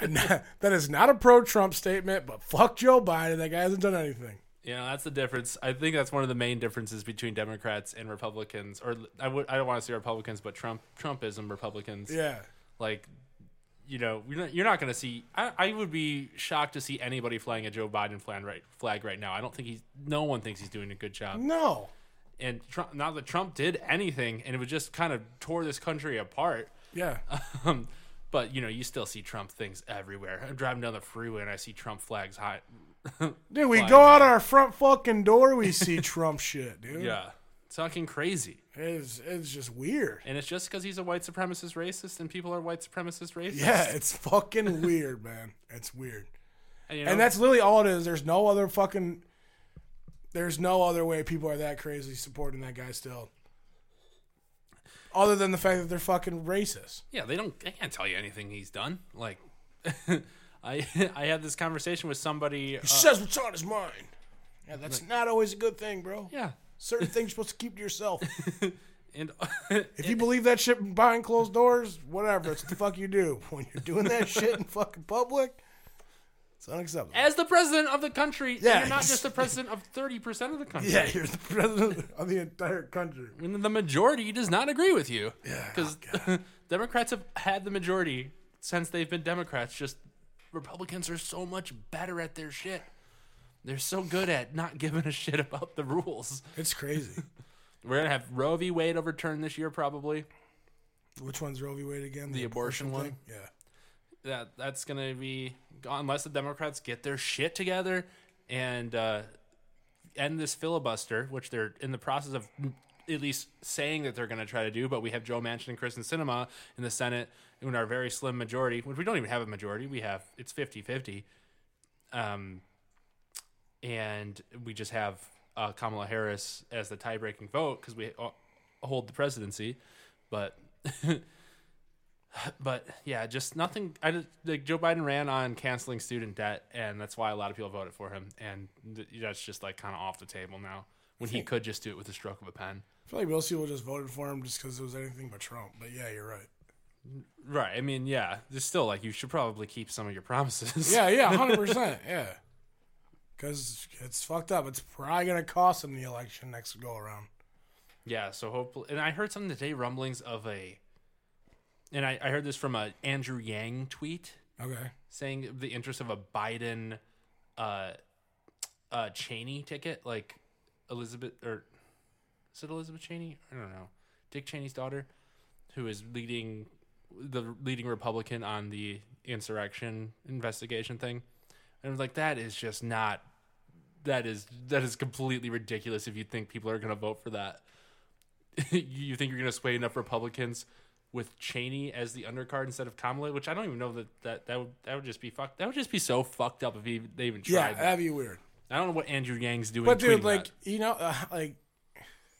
S2: that is not a pro Trump statement, but fuck Joe Biden. That guy hasn't done anything.
S1: You know, that's the difference. I think that's one of the main differences between Democrats and Republicans, or I would I don't want to say Republicans, but Trump Trumpism Republicans.
S2: Yeah.
S1: Like, you know, you're not, you're not going to see. I, I would be shocked to see anybody flying a Joe Biden flag right flag right now. I don't think he's. No one thinks he's doing a good job.
S2: No.
S1: And Trump, not that Trump did anything, and it would just kind of tore this country apart.
S2: Yeah.
S1: Um, but you know, you still see Trump things everywhere. I'm driving down the freeway and I see Trump flags high.
S2: Dude, we go out our front fucking door, we see Trump shit, dude.
S1: yeah, it's fucking crazy.
S2: It's it's just weird.
S1: And it's just because he's a white supremacist racist and people are white supremacist racist.
S2: Yeah, it's fucking weird, man. It's weird.
S1: And, you know,
S2: And that's literally all it is. There's no other fucking there's no other way people are that crazy supporting that guy still. Other than the fact that they're fucking racist.
S1: yeah, they don't. They can't tell you anything he's done. Like, I I had this conversation with somebody. Uh,
S2: says what's on his mind. Yeah, that's not always a good thing, bro.
S1: yeah,
S2: Certain things you're supposed to keep to yourself.
S1: and
S2: If you believe that shit behind closed doors, whatever, it's what the fuck you do. When you're doing that shit in fucking public, it's unacceptable.
S1: as the president of the country,
S2: Yeah.
S1: you're not just the president of thirty percent of the country.
S2: yeah, you're the president of the entire country.
S1: And the majority does not agree with you.
S2: Yeah.
S1: because Democrats have had the majority since they've been Democrats. Just Republicans are so much better at their shit. They're so good at not giving a shit about the rules.
S2: It's crazy.
S1: We're gonna have Roe v. Wade overturned this year, probably.
S2: Which one's Roe v. Wade again?
S1: The abortion one.
S2: thing? Yeah.
S1: That that's gonna be unless the Democrats get their shit together and uh, end this filibuster, which they're in the process of at least saying that they're gonna try to do. But we have Joe Manchin and Kristen Cinema in the Senate in our very slim majority, which we don't even have a majority. We have it's 50-50. Um, and we just have uh, Kamala Harris as the tie-breaking vote because we uh, hold the presidency, but but yeah, just nothing. I just, like Joe Biden ran on canceling student debt, and that's why a lot of people voted for him, and th- that's just like kind of off the table now when he could just do it with the stroke of a pen.
S2: I feel like most people just voted for him just because it was anything but Trump. But yeah, you're right.
S1: Right. I mean, yeah, there's still like you should probably keep some of your promises.
S2: Yeah, yeah, hundred percent. Yeah, because it's fucked up. It's probably gonna cost him the election next go around.
S1: Yeah, so hopefully, and I heard something today, rumblings of a, and I, I heard this from a Andrew Yang tweet
S2: Okay.
S1: saying the interest of a Biden, uh, uh Cheney ticket, like Elizabeth or is it Elizabeth Cheney? I don't know. Dick Cheney's daughter, who is leading the leading Republican on the insurrection investigation thing, and I was like, that is just not. That is that is completely ridiculous. If you think people are going to vote for that, you think you're going to sway enough Republicans with Cheney as the undercard instead of Kamala, which I don't even know that that that would that would just be fucked. That would just be so fucked up if he, they even tried.
S2: Yeah,
S1: that.
S2: that'd be weird.
S1: I don't know what Andrew Yang's doing.
S2: But dude,
S1: tweeting
S2: like
S1: that.
S2: you know, uh, like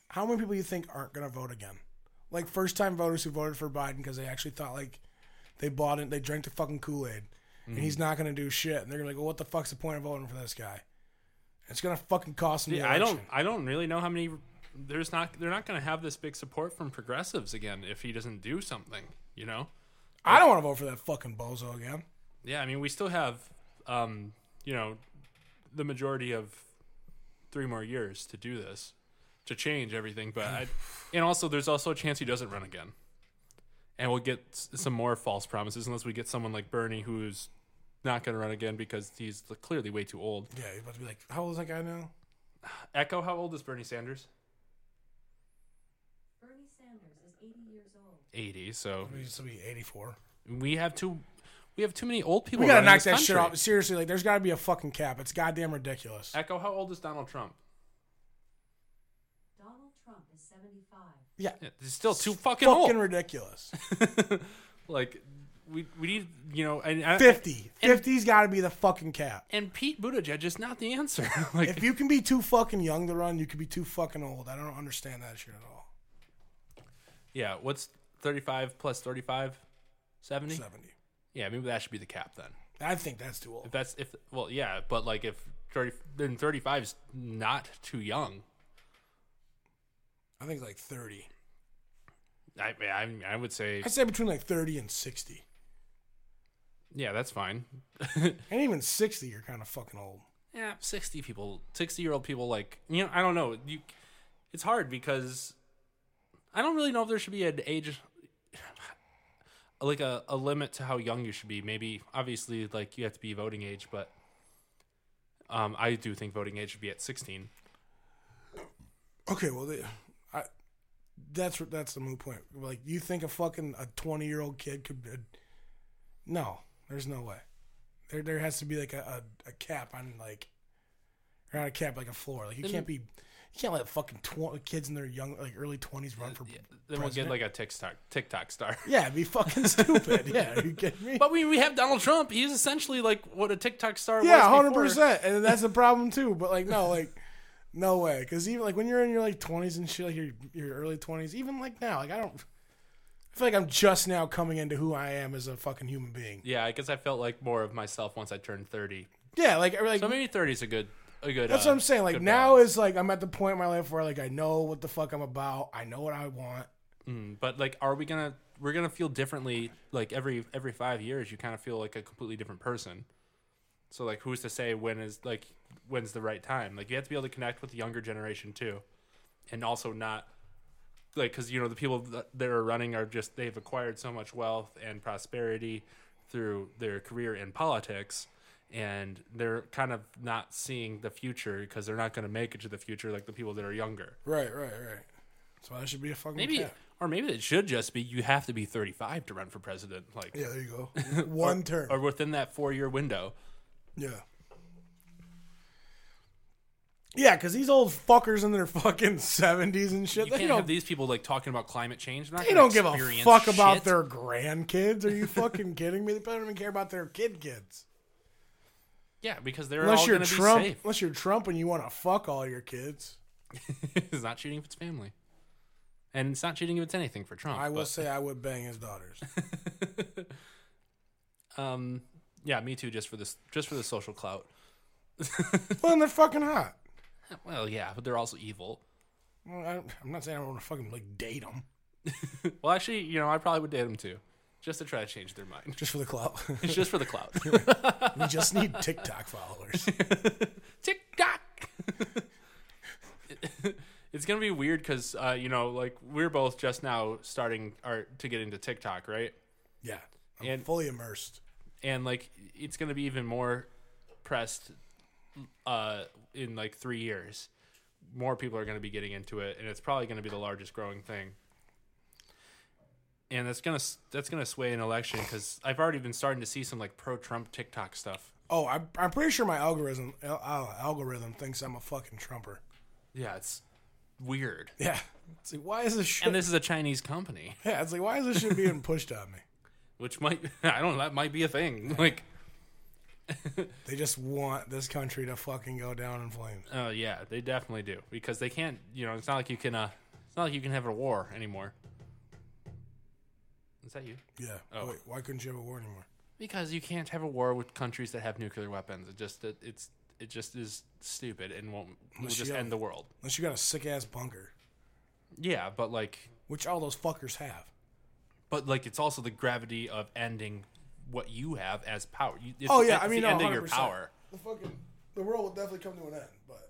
S2: how many people you think aren't gonna vote again? Like first time voters who voted for Biden because they actually thought like they bought it, they drank the fucking Kool Aid, and he's not gonna do shit. And they're gonna be like, well, what the fuck's the point of voting for this guy? It's gonna fucking cost him. the
S1: I don't,
S2: election.
S1: I don't really know how many. There's not, they're not going to have this big support from progressives again if he doesn't do something. You know?
S2: I don't want to vote for that fucking bozo again.
S1: Yeah, I mean, we still have, um, you know, the majority of three more years to do this, to change everything. But I, and also, there's also a chance he doesn't run again, and we'll get s- some more false promises unless we get someone like Bernie who's not going to run again because he's clearly way too old.
S2: Yeah, you're about to be like, how old is that guy now?
S1: Echo, how old is Bernie Sanders?
S5: Bernie Sanders is 80 years old.
S1: 80 so
S2: He's to be 84.
S1: we have too we have too many old people
S2: We gotta
S1: running
S2: knock
S1: this
S2: that shit
S1: country.
S2: off. Seriously, like, there's gotta be a fucking cap. It's goddamn ridiculous.
S1: echo how old is donald trump
S5: Donald Trump is 75.
S2: Yeah,
S1: yeah, he's still too fucking,
S2: fucking ridiculous.
S1: old like we we need you know and I,
S2: 50. 50's gotta be the fucking cap.
S1: and pete buttigieg is not the answer like
S2: If you can be too fucking young to run, you could be too fucking old. I don't understand that shit at all.
S1: yeah what's 35 plus 35 70
S2: 70.
S1: yeah maybe that should be the cap then
S2: I think that's too old.
S1: If that's if well, yeah, but like if thirty then thirty five is not too young.
S2: I think like 30.
S1: I, I I would say
S2: I'd say between like 30 and 60.
S1: yeah, that's fine.
S2: And even 60, you're kind of fucking old.
S1: yeah, sixty people, sixty year old people, like you know, I don't know. You, it's hard because I don't really know if there should be an age, like a, a limit to how young you should be. Maybe obviously, like you have to be voting age, but um, I do think voting age should be at sixteen.
S2: Okay, well, they, I, that's that's the moot point. Like, you think a fucking a 20 year old kid could? Uh, no, there's no way. There there has to be like a, a, a cap on like, or not a cap like a floor. Like you can't be, you can't let fucking tw- kids in their young like early 20s run for.
S1: Uh, Then we'll get
S2: president.
S1: like a TikTok TikTok star.
S2: Yeah, it'd be fucking stupid. yeah, are you kidding me?
S1: But we, we have Donald Trump. He's essentially like what a TikTok star
S2: Yeah,
S1: was.
S2: hundred
S1: before.
S2: percent, and that's the problem too. But like, no, like, no way, because even like when you're in your like twenties and shit, like your your early twenties, even like now, like I don't, I feel like I'm just now coming into who I am as a fucking human being.
S1: Yeah, I guess I felt like more of myself once I turned thirty.
S2: Yeah, like or, like
S1: So maybe thirty is a good a good.
S2: that's
S1: uh,
S2: what I'm saying. Like
S1: good
S2: now
S1: balance.
S2: is like I'm at the point in my life where like I know what the fuck I'm about. I know what I want.
S1: but like, are we gonna we're gonna feel differently? Like every every five years, you kind of feel like a completely different person. So like, who's to say when is like when's the right time? Like you have to be able to connect with the younger generation too, and also not like because you know the people that that are running are just they've acquired so much wealth and prosperity through their career in politics and they're kind of not seeing the future because they're not going to make it to the future like the people that are younger
S2: Right, right, right. So that should be a fucking
S1: maybe
S2: cap.
S1: or maybe it should just be you have to be 35 to run for president like
S2: Yeah, there you go. One term.
S1: or within that four year window
S2: Yeah. Yeah, because these old fuckers in their fucking seventies and shit,
S1: you
S2: they
S1: can't
S2: don't,
S1: have these people like talking about climate change They're not
S2: they
S1: gonna
S2: don't give a
S1: experience
S2: fuck about
S1: shit.
S2: their grandkids. Are you fucking kidding me? They probably don't even care about their kid kids.
S1: yeah because they're
S2: Unless
S1: all
S2: you're
S1: gonna
S2: Trump,
S1: be safe
S2: unless you're Trump and you want to fuck all your kids.
S1: it's not cheating if it's family and it's not cheating if it's anything for Trump
S2: I will
S1: but,
S2: say I would bang his daughters.
S1: um yeah me too just for this just for the social clout
S2: well, and they're fucking hot.
S1: well yeah but they're also evil
S2: Well, I, I'm not saying I want to fucking like date them
S1: well actually you know I probably would date them too just to try to change their mind
S2: just for the clout.
S1: it's just for the clout
S2: we just need TikTok followers.
S1: tick tock. it's gonna be weird because uh, you know, like we're both just now starting our to get into TikTok, right?
S2: Yeah, I'm
S1: And-
S2: fully immersed.
S1: And like, it's gonna be even more pressed uh, in like three years. More people are gonna be getting into it, and it's probably gonna be the largest growing thing. And that's gonna s- that's gonna sway an election because I've already been starting to see some like pro Trump TikTok stuff.
S2: Oh, I'm, I'm pretty sure my algorithm al- al- algorithm thinks I'm a fucking Trumper.
S1: Yeah, it's weird.
S2: Yeah. It's like, why is this shit?
S1: And this is a Chinese company.
S2: yeah, it's like, why is this shit being pushed on me?
S1: which might I don't know that might be a thing. Like,
S2: They just want this country to fucking go down in flames.
S1: oh yeah, they definitely do because they can't. You know, it's not like you can. Uh, it's not like you can have a war anymore. Is that you?
S2: Yeah.
S1: Oh.
S2: Wait, why couldn't you have a war anymore?
S1: Because you can't have a war with countries that have nuclear weapons. It just it, it's it just is stupid and won't will
S2: Unless you
S1: just
S2: have-
S1: end the world.
S2: Unless you got a sick ass bunker,
S1: Yeah, but like
S2: which all those fuckers have.
S1: but like it's also the gravity of ending what you have as power. You, it's,
S2: Oh, yeah,
S1: it's
S2: I mean,
S1: the
S2: no,
S1: ending your
S2: 100%.
S1: power.
S2: The fucking the world will definitely come to an end, but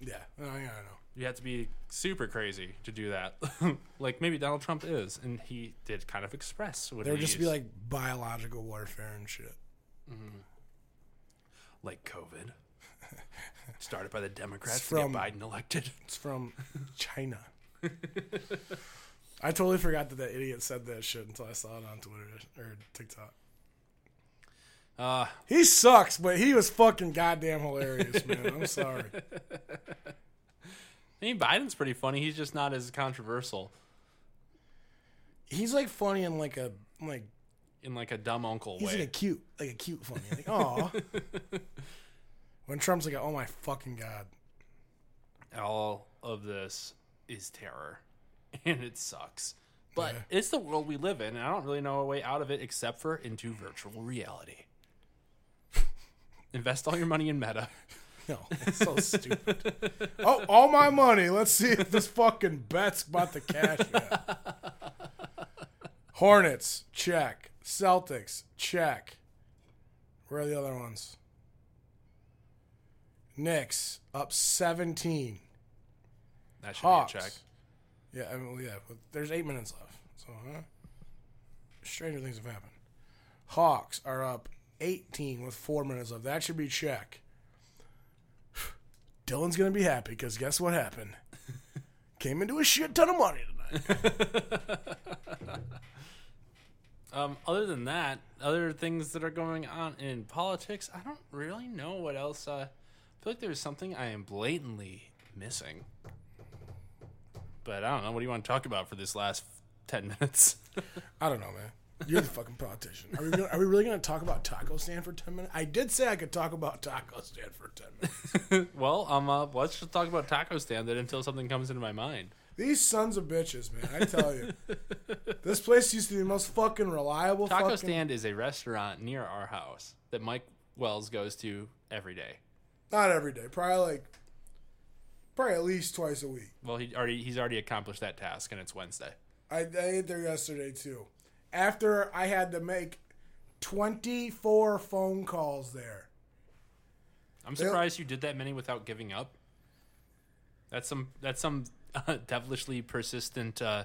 S2: yeah, oh, yeah, I know.
S1: You have to be super crazy to do that. like maybe Donald Trump is, and he did kind of express what
S2: There would
S1: he
S2: just be
S1: used,
S2: like biological warfare and shit.
S1: like COVID, started by the Democrats
S2: It's
S1: to
S2: from-
S1: get Biden elected.
S2: It's from China. I totally forgot that that idiot said that shit until I saw it on Twitter or TikTok.
S1: Uh,
S2: He sucks, but he was fucking goddamn hilarious, man. I'm sorry.
S1: I mean, Biden's pretty funny. He's just not as controversial
S2: He's like funny in like a like
S1: in like a dumb uncle
S2: he's
S1: way.
S2: like a cute like a cute funny. Like oh. when Trump's like, oh my fucking god,
S1: All of this is terror, and it sucks. But it's the world we live in, and I don't really know a way out of it except for into virtual reality. Invest all your money in Meta.
S2: No, it's so stupid. Oh, all my money. Let's see if this fucking bet's about to cash out. Hornets, check. Celtics, check. Where are the other ones? Knicks up 17.
S1: That should
S2: Hawks.
S1: be a check.
S2: Yeah, I mean, well, yeah. But there's eight minutes left. So, huh? Stranger things have happened. Hawks are up 18 with four minutes left. That should be check. Dylan's gonna be happy because guess what happened? Came into a shit ton of money tonight.
S1: Um, other than that, other things that are going on in politics, I don't really know what else. Uh, I feel like there's something I am blatantly missing. But I don't know. What do you want to talk about for this last 10 minutes?
S2: I don't know, man. You're the fucking politician. Are we, gonna, are we really gonna talk about taco stand for ten minutes? I did say I could talk about taco stand for ten minutes.
S1: well, um, uh, let's just talk about Taco Stand then until something comes into my mind.
S2: These sons of bitches, man. I tell you, this place used to be the most fucking reliable.
S1: Taco
S2: fucking,
S1: Stand is a restaurant near our house that Mike Wells goes to every day.
S2: Not every day. Probably like, probably at least twice a week.
S1: Well, he already he's already accomplished that task, and it's Wednesday.
S2: I, I ate there yesterday too. After I had to make 24 phone calls there.
S1: I'm surprised you did that many without giving up. That's some that's some uh, devilishly persistent uh,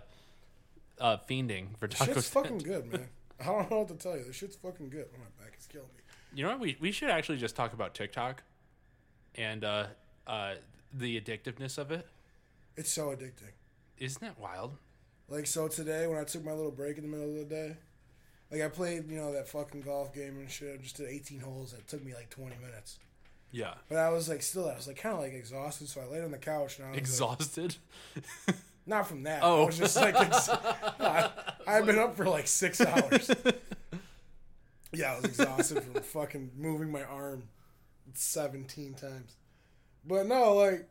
S1: uh, fiending for Taco
S2: Shit's
S1: Stand.
S2: fucking good, man. I don't know what to tell you. This shit's fucking good. Oh, my back is killing me.
S1: You know what? We we should actually just talk about TikTok and uh, uh, the addictiveness of it.
S2: It's so addicting.
S1: Isn't that wild?
S2: Like, so today when I took my little break in the middle of the day, like I played, you know, that fucking golf game and shit. I just did 18 holes. It took me like 20 minutes.
S1: Yeah.
S2: But I was like, still, I was like kind of like exhausted. So I laid on the couch and I was like,
S1: Exhausted.
S2: Not from that.
S1: Oh.
S2: I was just like, ex- I, I've been up for like six hours. yeah, I was exhausted from fucking moving my arm 17 times. But no, like,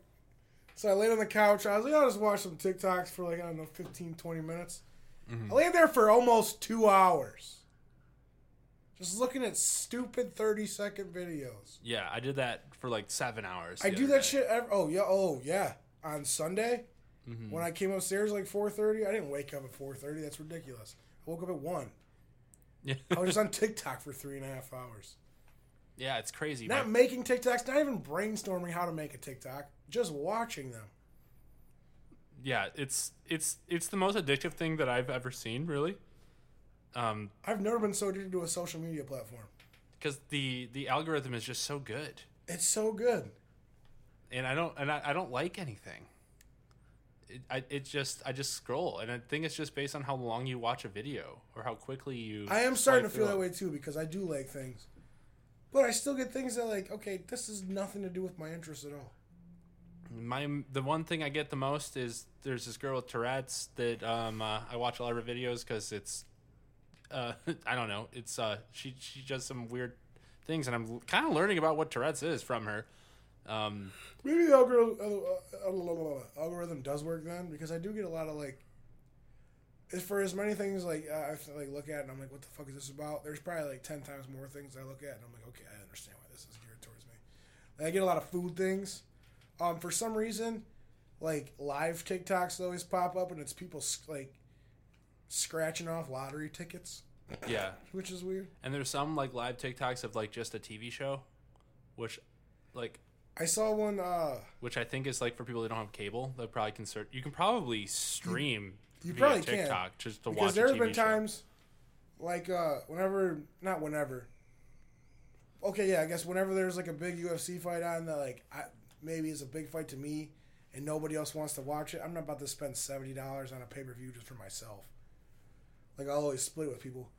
S2: so I laid on the couch. I was like, I'll just watch some TikToks for like, I don't know, 15, 20 minutes. I laid there for almost two hours. Just looking at stupid 30 second videos.
S1: yeah, I did that for like seven hours.
S2: I
S1: the
S2: do
S1: other
S2: that
S1: day.
S2: shit. Every, oh yeah. Oh yeah. On Sunday,
S1: Mm-hmm.
S2: when I came upstairs like four thirty, I didn't wake up at four thirty. That's ridiculous. I woke up at one.
S1: Yeah.
S2: I was just on TikTok for three and a half hours.
S1: Yeah, it's crazy.
S2: Not
S1: My-
S2: making TikToks. Not even brainstorming how to make a TikTok. Just watching them.
S1: yeah, it's it's it's the most addictive thing that I've ever seen, really. Um,
S2: I've never been so addicted to a social media platform.
S1: because the the algorithm is just so good,
S2: It's so good.
S1: and I don't and I, I don't like anything. It, I it just I just scroll, and I think it's just based on how long you watch a video or how quickly you.
S2: I am starting to
S1: swipe
S2: feel
S1: through
S2: that
S1: it.
S2: way too because I do like things, but I still get things that like okay, this is nothing to do with my interests at all.
S1: My the one thing I get the most is there's this girl with Tourette's that um uh, I watch all of her videos because it's, uh I don't know it's uh she she does some weird things and I'm kind of learning about what Tourette's is from her. Um,
S2: Maybe the algorithm, uh, uh, blah, blah, blah, algorithm does work then because I do get a lot of like, as for as many things like uh, I have to, like look at and I'm like, what the fuck is this about? There's probably like ten times more things I look at and I'm like, okay, I understand why this is geared towards me. Like, I get a lot of food things. Um, for some reason, like live TikToks always pop up and it's people sc- like scratching off lottery tickets,
S1: yeah,
S2: which is weird.
S1: and there's some like live TikToks of like just a TV show, which, like
S2: I saw one. uh
S1: which I think is like for people that don't have cable, they probably can search. You can probably stream
S2: you
S1: via
S2: probably can,
S1: TikTok just to watch
S2: because
S1: a
S2: there have
S1: TV
S2: been
S1: show.
S2: times like uh whenever not whenever okay yeah i guess whenever there's like a big ufc fight on that like I, maybe it's a big fight to me and nobody else wants to watch it i'm not about to spend $70 on a pay-per-view just for myself like i'll always split it with people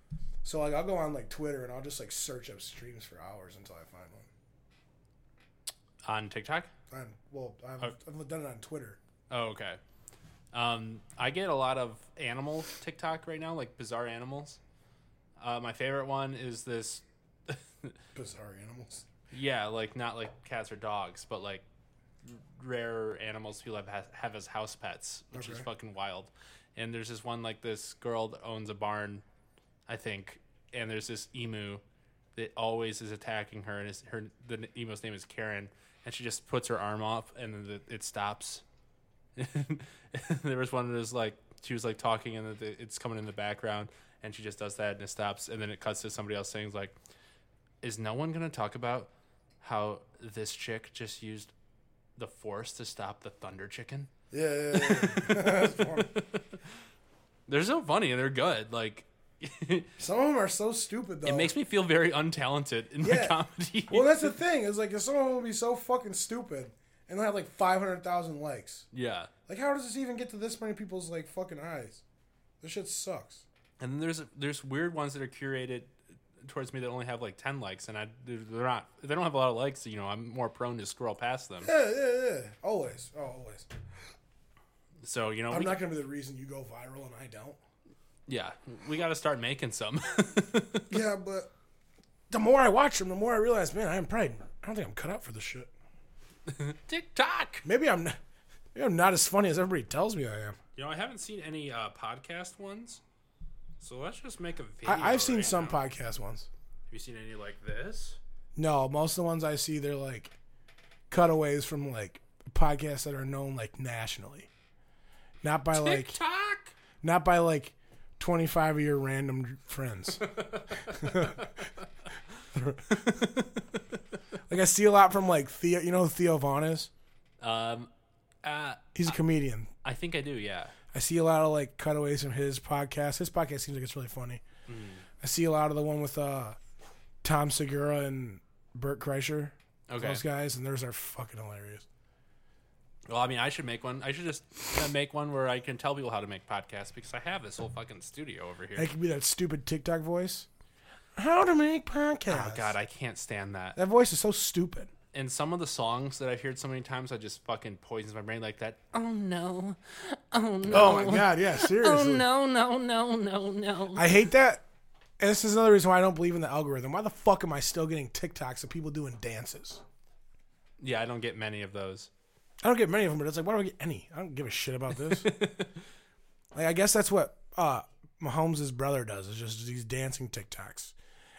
S2: so like i'll go on like twitter and i'll just like search up streams for hours until i find one
S1: on TikTok.
S2: I'm, well I've,
S1: Uh,
S2: I've done it on twitter
S1: Oh, okay. Um, I get a lot of animal TikTok right now, like bizarre animals. Uh, my favorite one is this.
S2: bizarre animals
S1: Yeah, like not like cats or dogs, but like rare animals people have have as house pets, which is
S2: Okay.
S1: fucking wild. And there's this one like this girl that owns a barn, I think, and there's this emu that always is attacking her, and it's her the n- emo's name is Karen, and she just puts her arm up, and then the, it stops. there was one that was like she was like talking, and the, it's coming in the background, and she just does that, and it stops, and then it cuts to somebody else saying like, "Is no one gonna talk about how this chick just used the force to stop the thunder chicken?"
S6: Yeah, yeah, yeah.
S1: They're so funny, and they're good. Like.
S6: Some of them are so stupid though.
S1: It makes me feel very untalented in my
S6: Yeah.
S1: comedy.
S6: Well, that's the thing. Is like if someone will be so fucking stupid and they'll have like five hundred thousand likes.
S1: yeah.
S6: Like, how does this even get to this many people's like fucking eyes? This shit sucks.
S1: And then there's there's weird ones that are curated towards me that only have like 10 likes and I they're not if they don't have a lot of likes, you know, I'm more prone to scroll past them.
S6: Yeah, yeah, yeah. Always, oh, always.
S1: So, you know,
S6: I'm
S1: we,
S6: not gonna be the reason you go viral and I don't.
S1: yeah, we got to start making some.
S6: Yeah, but
S2: The more I watch them, the more I realize, man, I'm probably I don't think I'm cut out for this shit.
S1: TikTok.
S2: Maybe I'm not, maybe I'm not as funny as everybody tells me I am.
S1: You know, I haven't seen any uh, podcast ones. So let's just make a video.
S2: I, I've seen
S1: right
S2: some
S1: now.
S2: podcast ones.
S1: Have you seen any like this?
S2: No, most of the ones I see they're like cutaways from like podcasts that are known like nationally. Not by like
S1: TikTok.
S2: not by like 25 of your random friends. like I see a lot from like Theo, you know who Theo Vaughn is?
S1: Um uh
S2: He's a comedian.
S1: I think I do, yeah.
S2: I see a lot of like cutaways from his podcast. His podcast seems like it's really funny.
S1: Mm.
S2: I see a lot of the one with uh Tom Segura and Burt Kreischer.
S1: Okay.
S2: Those guys and theirs are fucking hilarious.
S1: Well, I mean, I should make one. I should just uh, make one where I can tell people how to make podcasts because I have this whole fucking studio over here.
S2: That could be that stupid TikTok voice. How to make
S1: Oh
S2: podcasts.
S1: God, I can't stand that.
S2: That voice is so stupid.
S1: And some of the songs that I've heard so many times, I just fucking poisons my brain like that. Oh no, oh no,
S2: Oh my god, yeah, seriously.
S1: no, no, no, no, no.
S2: I hate that. And this is another reason why I don't believe in the algorithm. Why the fuck am I still getting TikToks of people doing dances?
S1: Yeah, I don't get many of those.
S2: I don't get many of them, but it's like, why do I get any? I don't give a shit about this. like, I guess that's what uh, Mahomes' brother does is just these dancing TikToks.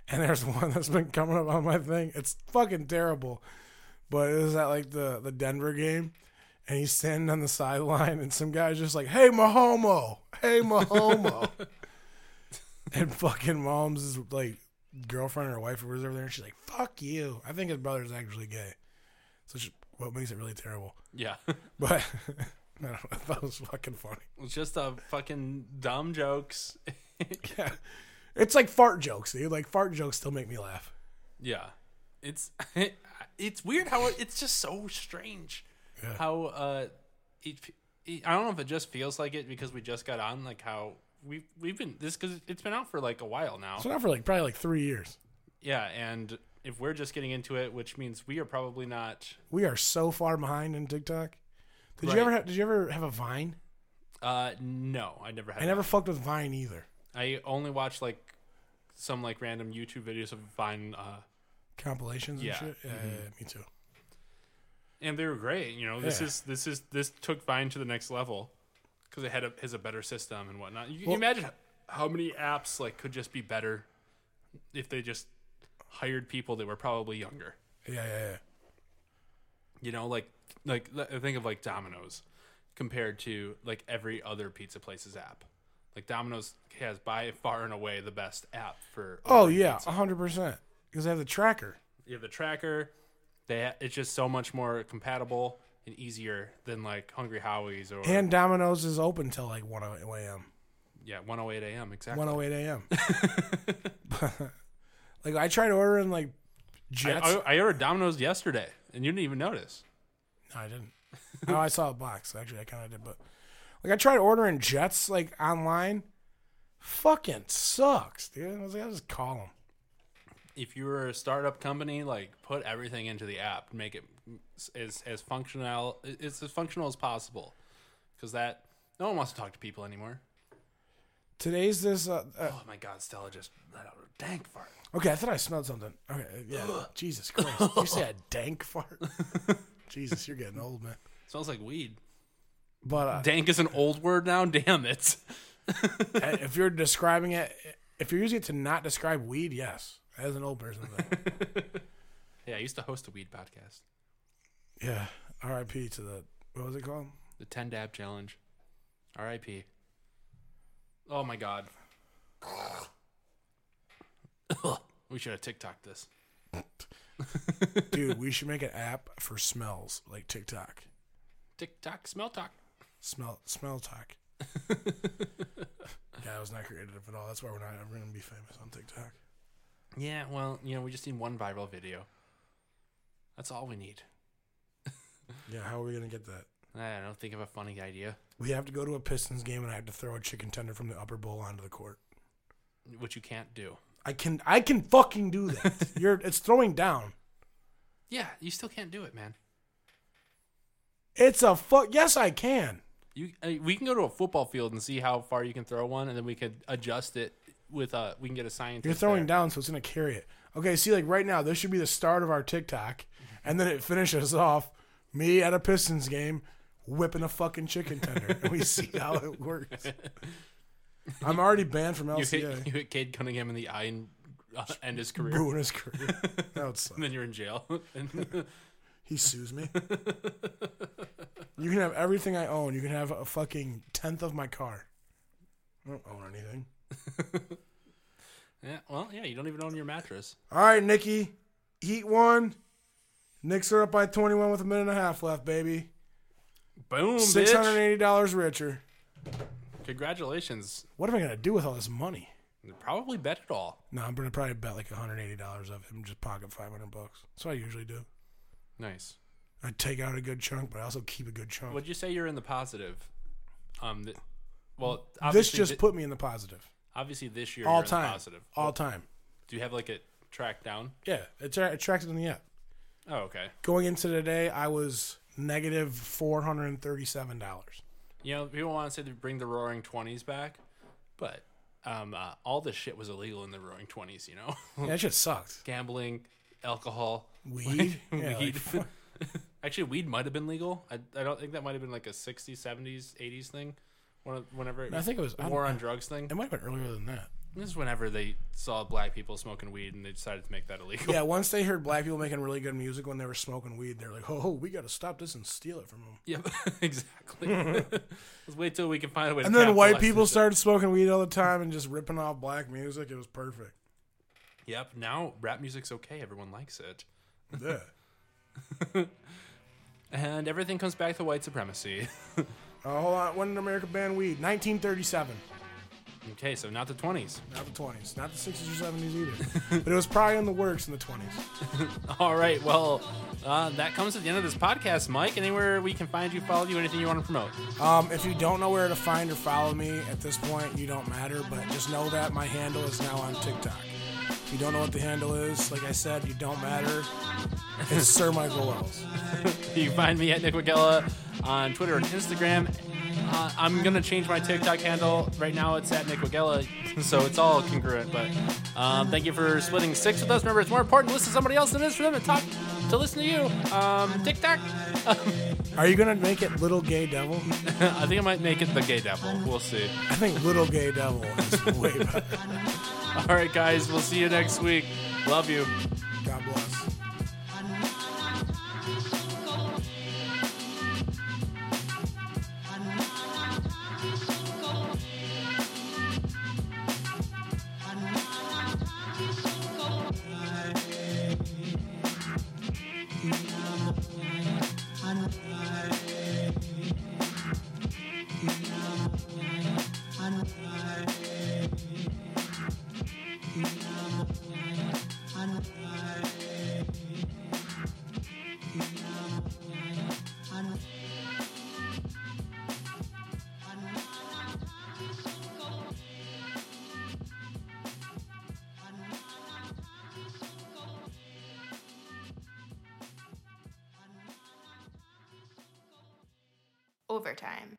S2: And there's one that's been coming up on my thing. It's fucking terrible, but it was at like the the Denver game, and he's standing on the sideline, and some guy's just like, "Hey, Mahomo, hey, Mahomo," and fucking Mahomes' like girlfriend or wife or whatever's over there, and she's like, "Fuck you." I think his brother's actually gay, so she, what makes it really terrible.
S1: Yeah,
S2: But I don't know, that was fucking funny.
S1: it's just uh, fucking dumb jokes.
S2: Yeah. It's like fart jokes, dude. Like fart jokes still make me laugh.
S1: yeah, it's it's weird how it, it's just so strange
S2: Yeah.
S1: how uh it, it, I don't know if it just feels like it because we just got on like how we we've been this because it's been out for like a while now.
S2: So not for like probably like three years.
S1: Yeah, and if we're just getting into it, which means we are probably not.
S2: We are so far behind in TikTok. Did
S1: Right.
S2: you ever have, did you ever have a Vine?
S1: Uh, no, I never had.
S2: I never fucked with Vine either.
S1: I only watched like some like random YouTube videos of Vine, uh,
S2: Compilations and
S1: Yeah. Mm-hmm.
S2: shit. Yeah, yeah, yeah, me too.
S1: and they were great. You know, this
S2: Yeah.
S1: is this is this took Vine to the next level because it had a has a better system and whatnot. You can
S2: Well-
S1: imagine how many apps like could just be better if they just hired people that were probably younger.
S2: Yeah, yeah, yeah.
S1: You know, like like I think of like Domino's compared to like every other pizza place's app. Like Domino's has by far and away the best app for.
S2: Oh yeah, hundred percent. Because I have the tracker.
S1: You have the tracker. They ha- it's just so much more compatible and easier than like Hungry Howie's or
S2: And Domino's is open till like one oh AM.
S1: yeah 108 a.m. exactly.
S2: One oh eight AM. like I tried ordering like
S1: I,
S2: jets.
S1: I, I ordered Domino's yesterday and you didn't even notice.
S2: No, I didn't. oh, I saw a box. Actually, I kind of did, but like I tried ordering Jets like online. Fucking sucks, dude. I was like, I'll just call them.
S1: If you're a startup company, like put everything into the app, make it s- as as functional it's as functional as possible, because that no one wants to talk to people anymore.
S2: Today's this. Uh, uh,
S1: Oh my God, Stella just let out a dank fart.
S2: okay, I thought I smelled something. Okay, uh, yeah. Jesus Christ, Did you say a dank fart? Jesus, you're getting old, man.
S1: smells like weed.
S2: But uh,
S1: Dank is an old word now. Damn it.
S2: if you're describing it, if you're using it to not describe weed, yes, As an old person, though.
S1: Yeah, I used to host a weed podcast,
S2: yeah. R.I.P. to the what was it called?
S1: the Ten Dab Challenge. R.I.P. Oh my God. we should have TikTok this.
S2: Dude, we should make an app for smells like TikTok.
S1: TikTok, smell talk.
S2: Smell smell talk. yeah, it was not creative at all. That's why we're not ever gonna be famous on TikTok.
S1: Yeah, well, you know, we just need one viral video. That's all we need.
S2: Yeah, how are we gonna get that?
S1: I don't know, think of a funny idea,
S2: We have to go to a Pistons game and I have to throw a chicken tender from the upper bowl onto the court.
S1: which you can't do.
S2: I can I can fucking do that. You're it's throwing down.
S1: Yeah, you still can't do it, man.
S2: It's a fuck yes I can.
S1: You, I we can go to a football field and see how far you can throw one, and then we could adjust it with a. We can get a scientist.
S2: You're throwing
S1: there.
S2: down, so it's gonna carry it. Okay, see, like right now, this should be the start of our TikTok, and then it finishes off me at a Pistons game whipping a fucking chicken tender, and we see how it works. I'm already banned from
S1: You hit
S2: LCA.
S1: you hit Cade Cunningham in the eye and uh, end his career,
S2: Ruin his career. That would suck.
S1: and then you're in jail. And-
S2: He sues me. You can have everything I own. You can have a fucking tenth of my car. I don't own anything.
S1: yeah, well, yeah, you don't even own your mattress.
S2: All right, Nikki, eat one. Knicks are up by 21 with a minute and a half left, baby.
S1: Boom,
S2: Six hundred
S1: bitch.
S2: eighty dollars richer.
S1: Congratulations.
S2: What am I gonna do with all this money?
S1: Probably bet it all.
S2: No, I'm gonna probably bet like one hundred eighty dollars of it and just pocket five hundred bucks. That's what I usually do.
S1: Nice.
S2: I take out a good chunk, but I also keep a good chunk.
S1: Would you say you're in the positive? Um, th- well,
S2: this
S1: obviously
S2: just
S1: thi-
S2: put me in the positive
S1: obviously this year
S2: all
S1: you're in the
S2: time.
S1: positive.
S2: All time.
S1: Do you have like it tracked down?
S2: Yeah, it's uh, attracted in the app.
S1: Oh, okay.
S2: Going into today, I was negative four hundred and thirty-seven dollars.
S1: You know, people want to say they bring the Roaring Twenties back, but um, uh, all this shit was illegal in the Roaring Twenties. You know,
S2: That shit sucked.
S1: gambling, alcohol,
S2: Weed? Yeah,
S1: Hmm. weed.
S2: like, fuck.
S1: Actually, weed might have been legal. I, I don't think that might have been like a 60s, 70s, 80s thing. One- Whenever it
S2: I think it was-
S1: the
S2: I
S1: war
S2: don't-
S1: on drugs thing.
S2: It might have been earlier than that.
S1: This is whenever they saw black people smoking weed and they decided to make that illegal.
S2: Yeah, once they heard black people making really good music when they were smoking weed, they're like, "Oh, we got to stop this and steal it from them."
S1: Yep, exactly. Let's wait till we can find a way. to
S2: And then white
S1: capitalize
S2: people
S1: this.
S2: started smoking weed all the time and just ripping off black music. It was perfect.
S1: Yep. Now rap music's okay. Everyone likes it,
S2: Yeah.
S1: and everything comes back to white supremacy.
S2: Uh, hold on. When did America ban weed? 1937.
S1: okay, so not the twenties.
S2: Not the 20s. Not the 60s or 70s either. but it was probably in the works in the 20s.
S1: All right. Well, uh, that comes to the end of this podcast, Mike. Anywhere we can find you, follow you, anything you want to promote.
S2: Um, if you don't know where to find or follow me at this point, you don't matter. But just know that my handle is now on TikTok. If you don't know what the handle is, like I said, you don't matter. It's Sir Michael Wells.
S1: You can find me at Nick Wagella on Twitter and Instagram. Uh, I'm gonna change my TikTok handle. Right now, it's at Nick Wagella, so it's all congruent. But um, thank you for splitting six with us. Remember, it's more important to listen to somebody else than it is for them to talk to listen to you. Um, TikTok.
S2: Are you gonna make it Little Gay Devil?
S1: I think I might make it the Gay Devil. We'll see.
S2: I think Little Gay Devil is way better.
S1: All right, guys. We'll see you next week. Love you.
S2: God bless.
S3: Overtime.